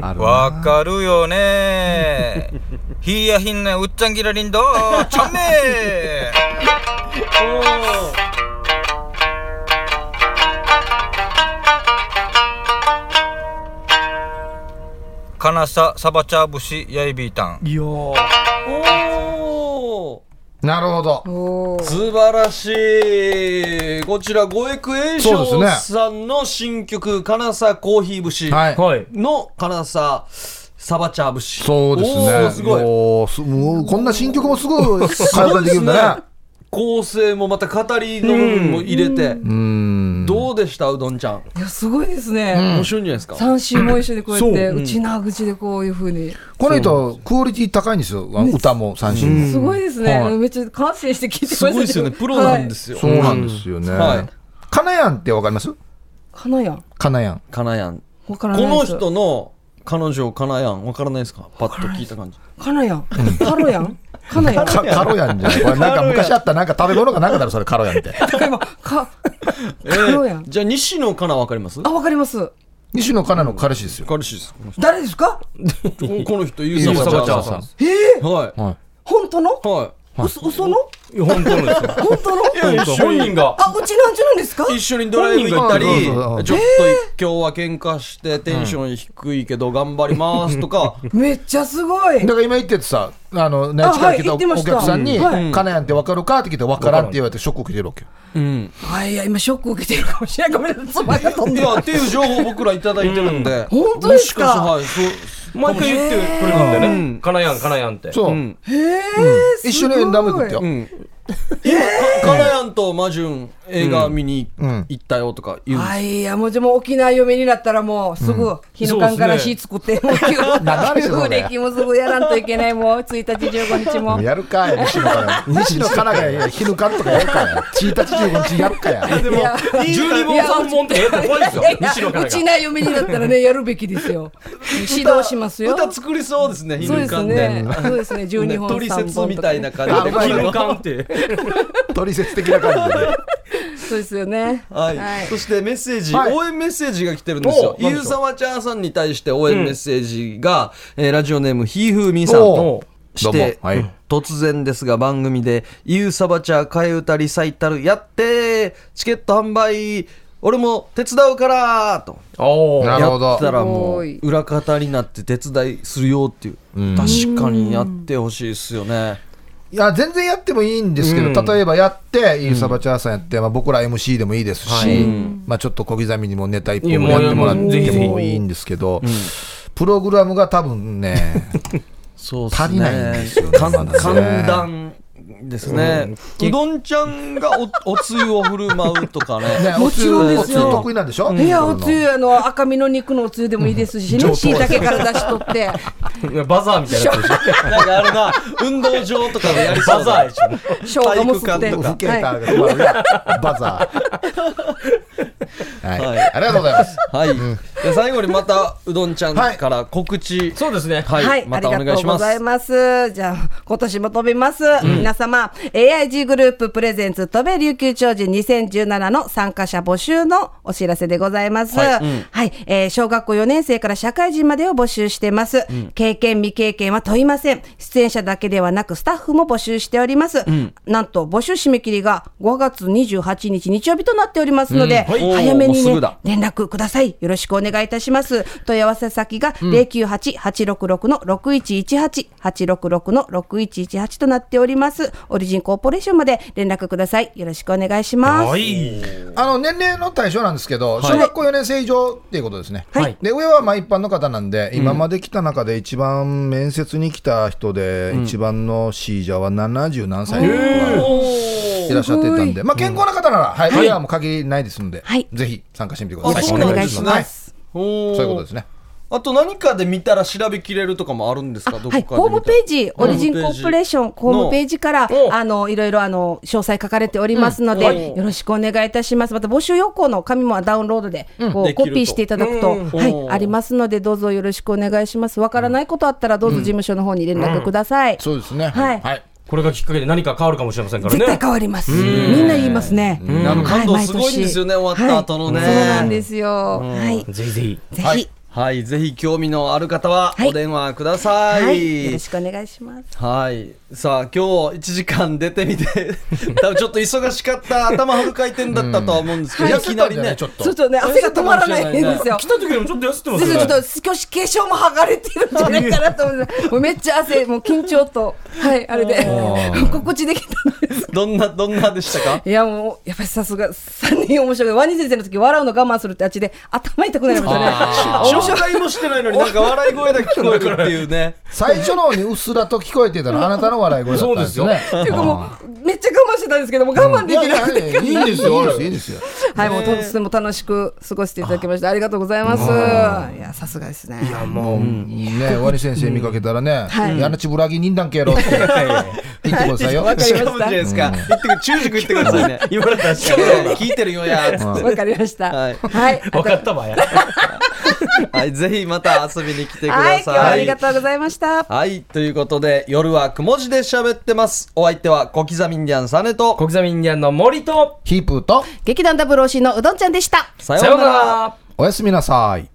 Speaker 7: あるな
Speaker 6: わかるよねひやひんなうっちゃんぎらりんどちゃめ かなさサバチャーブシやいびーたん
Speaker 1: おー
Speaker 3: なるほど。
Speaker 5: おー
Speaker 1: 素晴らしいこちら五育栄
Speaker 3: そう
Speaker 1: 翔
Speaker 3: です
Speaker 1: さんの新曲「金沢コーヒー節」
Speaker 3: はい。
Speaker 2: はい。
Speaker 1: の「金沢サバチャー節」
Speaker 3: そうです
Speaker 1: おー
Speaker 3: ね。
Speaker 1: すごい
Speaker 3: もうすもうこんな新曲もすぐ
Speaker 1: す
Speaker 3: 解
Speaker 1: ご
Speaker 3: 散
Speaker 1: いで
Speaker 3: でき
Speaker 1: す
Speaker 3: るん
Speaker 1: ね
Speaker 3: だね。
Speaker 1: 構成もまた語りの部分も入れて
Speaker 3: うん。
Speaker 1: どうでしたうどんちゃん
Speaker 5: いや、すごいですね。
Speaker 1: 面白いんじゃないですか
Speaker 5: 三週も一緒でこうやって、内縄口でこういうふうに。
Speaker 3: この人、クオリティ高いんですよ。歌も三振も。
Speaker 5: すごいですね
Speaker 3: はい。
Speaker 5: めっちゃ感心して聞いてまし
Speaker 1: す
Speaker 5: た。
Speaker 1: ごいですよねプロなんですすよ
Speaker 3: そうなんですよね
Speaker 1: はい。
Speaker 3: 金谷ってわかります
Speaker 5: はいかなやん。
Speaker 3: 金谷。
Speaker 1: 金谷
Speaker 5: わから
Speaker 1: こ
Speaker 5: ない
Speaker 1: の
Speaker 5: です。
Speaker 1: 人の彼女かなやんわからないですかパッと聞いた感じ
Speaker 5: かなやん。かろやん。かなやん。
Speaker 3: かカロヤンじゃないこれなんか昔あったなんか食べ物がなんかだろそれカロヤンって
Speaker 5: 例えば、か、
Speaker 1: え
Speaker 5: かろやん
Speaker 1: ー。じゃあ西野かなわかります
Speaker 5: あ、わかります。
Speaker 3: 西野カナの彼氏ですよ
Speaker 1: 彼氏ですこの人
Speaker 5: 誰ですか
Speaker 1: この人ゆう
Speaker 3: ゆ
Speaker 1: さ
Speaker 3: うさば
Speaker 1: ば
Speaker 3: ち
Speaker 1: ち
Speaker 3: ゃ
Speaker 1: ゃ
Speaker 3: ん
Speaker 1: ん
Speaker 3: さん
Speaker 5: ええ
Speaker 1: はいは
Speaker 5: 本当の
Speaker 1: い
Speaker 5: 嘘嘘の
Speaker 2: いや本当の ですよ
Speaker 5: 本当の
Speaker 2: 本当本人が
Speaker 5: あ、うちなんちなんですか
Speaker 1: 一緒にドライブ行ったり
Speaker 3: 本
Speaker 1: ち
Speaker 3: 人が
Speaker 1: ょ
Speaker 3: 行
Speaker 1: っ
Speaker 3: っ
Speaker 1: と今日は喧嘩してテンション低いけど頑張りますとか
Speaker 5: めっちゃすごい
Speaker 3: だ。から今言っててさあの内地から来た
Speaker 5: あはい言
Speaker 3: お
Speaker 5: ってました
Speaker 3: 客さんに
Speaker 5: は
Speaker 3: 「カナヤンって分かるか?」って聞いて「分からん」って言われてショック受けてるわけよ
Speaker 1: うん
Speaker 5: あ、いや、今ショック受けてるかもしれない。ごめんなさい。つまが飛ん
Speaker 1: い
Speaker 5: でる。
Speaker 1: やっていう情報を僕らいただいてるんで
Speaker 5: 本当ですか
Speaker 1: もしかしたらは
Speaker 2: 毎
Speaker 1: い
Speaker 2: 回言ってくれるんだよねかなやんかなやんって
Speaker 3: そううん
Speaker 5: へえ、
Speaker 3: 一緒にダム行くって
Speaker 5: す
Speaker 3: よ
Speaker 5: ごい
Speaker 1: うん今かかなやんとマジュン映画見に
Speaker 3: うん
Speaker 1: 行ったよとか言うんです
Speaker 5: あ、いや、もうじゃあもう沖縄嫁になったらもうすぐ、日の間から火作って、もう旧
Speaker 3: 何それ
Speaker 5: 旧暦もすぐやらんといけない、もう1日15日も。
Speaker 3: やるかい 西野カナ西野カナがいや日ぬかんとかやるかや1日15日やるかや
Speaker 2: でも12本3本ってええと怖いですよ
Speaker 5: いやいや
Speaker 2: 西野かな
Speaker 5: うち
Speaker 2: や
Speaker 5: な嫁になったらね、やるべきですよ。指導しますよ。
Speaker 1: 歌作りそうですね、
Speaker 5: そうですね
Speaker 1: ね。
Speaker 5: そうですね。12本
Speaker 1: 取
Speaker 5: 3本
Speaker 1: 説みたいな感じで。
Speaker 2: んキムカンって
Speaker 3: 取説的な感じでね
Speaker 5: そうですよね。
Speaker 1: はい、
Speaker 5: はい
Speaker 1: そしてメッセージ、
Speaker 3: はい
Speaker 1: 応援メッセージが来てるんですよ
Speaker 2: お。う
Speaker 1: ゆうさまちゃんさんに対して応援メッセージが、えーラジオネームひーふーみんさん
Speaker 3: おう
Speaker 1: し
Speaker 3: ど
Speaker 1: て
Speaker 3: う、もはい
Speaker 1: 突然ですが番組で「ゆうさばちゃ替え歌リサイタルやってーチケット販売俺も手伝うから!」と
Speaker 2: お
Speaker 3: な
Speaker 2: ー
Speaker 3: る
Speaker 1: や
Speaker 3: ほど
Speaker 1: ったら
Speaker 5: す
Speaker 1: も
Speaker 5: ご
Speaker 1: う
Speaker 5: い
Speaker 1: 裏方になって手伝いするよっていう、確かにやってほしいですよね。
Speaker 3: いや全然やってもいいんですけど、例えばやって、イーサバチャーさんやって、まあ、僕ら MC でもいいですし、まあ、ちょっと小刻みにもネタ一本もやってもらっ
Speaker 2: いやもうぜ
Speaker 3: て
Speaker 2: ひぜ
Speaker 3: もいいんですけど、プログラムが多分ね、
Speaker 1: そう
Speaker 3: 足りないんですよね
Speaker 1: 寒
Speaker 3: まだね
Speaker 1: 寒暖ですね、うどんちゃんがおおつゆを振る舞うとかね
Speaker 3: ね
Speaker 5: もちろんですよ
Speaker 3: おつゆ得意なんでしょ、
Speaker 5: いや、おつゆ、あの、赤身の肉のおつゆでもいいですしね、椎茸から出しとって。
Speaker 2: バザーみたいなやつでしょ
Speaker 1: なんかあれな運動場とかでやりそ
Speaker 2: バ
Speaker 1: う
Speaker 2: ザ
Speaker 1: だ
Speaker 2: ーでしょ
Speaker 5: 生姜もすって。
Speaker 1: 体育館とか
Speaker 3: フケータ
Speaker 5: は。
Speaker 3: ーが止まるねバザ ー、はい
Speaker 1: はい
Speaker 3: ありがとうございます。
Speaker 1: はい、で最後にまたうどんちゃんから告知、
Speaker 2: そうですね
Speaker 1: はいい
Speaker 5: はい、
Speaker 1: ま
Speaker 5: あ
Speaker 1: たお
Speaker 5: りが
Speaker 1: 願い
Speaker 5: とう
Speaker 1: し
Speaker 5: ご
Speaker 1: ます
Speaker 5: ざいます。じゃあ、今年も飛びます。皆様、AIG グループプレゼンツ、飛べ琉球長人2017の参加者募集のお知らせでございます。
Speaker 1: は
Speaker 5: はい
Speaker 1: うん
Speaker 5: い、えー小学校4年生から社会人までを募集してます。経験、未経験は問いません。出演者だけではなく、スタッフも募集しております。なんと、募集締め切りが5月28日日曜日となっておりますので、
Speaker 1: うんはい
Speaker 5: 早め
Speaker 1: おーもう
Speaker 5: に
Speaker 1: す
Speaker 5: ね
Speaker 1: ぐだ、
Speaker 5: 連絡ください。よろしくお願いいたします。問い合わせ先が098-866の6118、866の6118となっております。オリジンコーポレーションまで連絡ください。よろしくお願いします。
Speaker 2: はい
Speaker 3: あの年齢の対象なんですけど、小学校4年生以上っていうことですね。
Speaker 5: はい
Speaker 3: で上はまあ一般の方なんで、今まで来た中で一番面接に来た人で、一番の信者は70何歳の方がいらっしゃってたんで、まあ、健康な方なら、はい、上はもう限りないですので、
Speaker 5: はい
Speaker 3: ぜひ参加してみてくだ
Speaker 5: よ
Speaker 3: さ
Speaker 5: ろ
Speaker 3: い。
Speaker 5: しくお願いします。
Speaker 1: おー
Speaker 3: そういうことですね。
Speaker 1: あと何かで見たら調べきれるとかもあるんですかどこかで
Speaker 5: はい、
Speaker 1: 見た
Speaker 5: ホームページ、オリジン
Speaker 1: ホームペー
Speaker 5: コ
Speaker 1: ジ
Speaker 5: ーポレーション、ホームページから、あの、いろいろ、あの、詳細書かれておりますので、よろしくお願いいたします。また、募集要項の紙もダウンロードで、こ
Speaker 1: で
Speaker 5: う、
Speaker 1: きる
Speaker 5: コ
Speaker 1: と
Speaker 5: ピーしていただくと、はい、ありますので、どうぞよろしくお願いします。わからないことあったら、どうぞ事務所の方に連絡ください。
Speaker 3: そうですね。
Speaker 5: はい
Speaker 3: はい。
Speaker 2: これがきっかけで何か変わるかもしれません から
Speaker 5: 絶対
Speaker 2: ね
Speaker 5: 変わります。みんな言いますね。
Speaker 1: あの
Speaker 5: はい
Speaker 1: 感動
Speaker 5: 毎
Speaker 1: すごいんですよね
Speaker 5: 年
Speaker 1: 終わった後のね
Speaker 5: はいそうなんですよ。はい。
Speaker 2: ぜひぜひ
Speaker 5: ぜ
Speaker 3: は
Speaker 5: ひ
Speaker 3: い。
Speaker 1: はいぜひ興味のある方は
Speaker 5: はい
Speaker 1: お電話ください、
Speaker 5: はい。よろしくお願いします。
Speaker 1: はい。さあ、今日1時間出てみて、 多分ちょっと忙しかった、頭フル回転だったとは思うんですけど、
Speaker 3: 痩
Speaker 1: いき
Speaker 3: せ
Speaker 1: な
Speaker 3: たんじ
Speaker 1: り
Speaker 3: ゃない
Speaker 1: ね
Speaker 3: ち、ょっと
Speaker 5: ちょっ。とね、汗が止まらないんですよ
Speaker 2: 来。た時よりもちょっと痩せてます
Speaker 5: ちょ
Speaker 2: よ
Speaker 5: っと
Speaker 2: ね
Speaker 5: 少し化粧も剥がれてるんじゃないかなと思って、もうめっちゃ汗、もう緊張と、はい、あれで、心地できたんです。
Speaker 1: どんな、どんなでしたか
Speaker 5: いやもう、やっぱりさすが、3人面白い。ワニ先生の時笑うの我慢するってあっちで、頭痛くなりましたね。面白
Speaker 1: 紹介もしてないのになんか笑い声だけ聞こえるっていうね。
Speaker 3: 最初の方にうっすらと聞こえてたのはあなたの笑い声だったんですよね。
Speaker 5: い。というかもう、めっちゃ我慢してたんですけども、我慢
Speaker 3: い
Speaker 5: で
Speaker 3: やい
Speaker 5: きなくて。
Speaker 3: やいいんですよ。いいんですよ。
Speaker 5: はい、もうとても楽しく過ごしていただきました。ありがとうございます。いや、さすがですね。
Speaker 3: もうね、ワニ先生見かけたらね、
Speaker 5: はい
Speaker 3: やなちぶらぎ人なんけやろって 言ってくださいよ。
Speaker 5: わかりま
Speaker 1: しかもじゃな
Speaker 5: した
Speaker 1: い。ですか。言ってく、中熟言ってくださいね。
Speaker 2: 今だったら
Speaker 1: 聞いてるよや、つって。
Speaker 5: わかりました。
Speaker 1: は
Speaker 5: はい い。
Speaker 2: 分かったわや
Speaker 1: はい、ぜひまた遊びに来てく
Speaker 5: はい、
Speaker 1: だ
Speaker 5: 今日はあ
Speaker 1: さ
Speaker 5: り
Speaker 1: い。
Speaker 5: がとうございました。
Speaker 1: はい、ということで、夜はくも字で喋ってます。お相手は、小刻みインディアンサネと、
Speaker 2: 小刻みインディアンの森と、
Speaker 8: ヒープーと
Speaker 5: 劇団 WOC のうどんちゃんでした。
Speaker 1: さ
Speaker 2: さようなら。
Speaker 8: おやすみなさい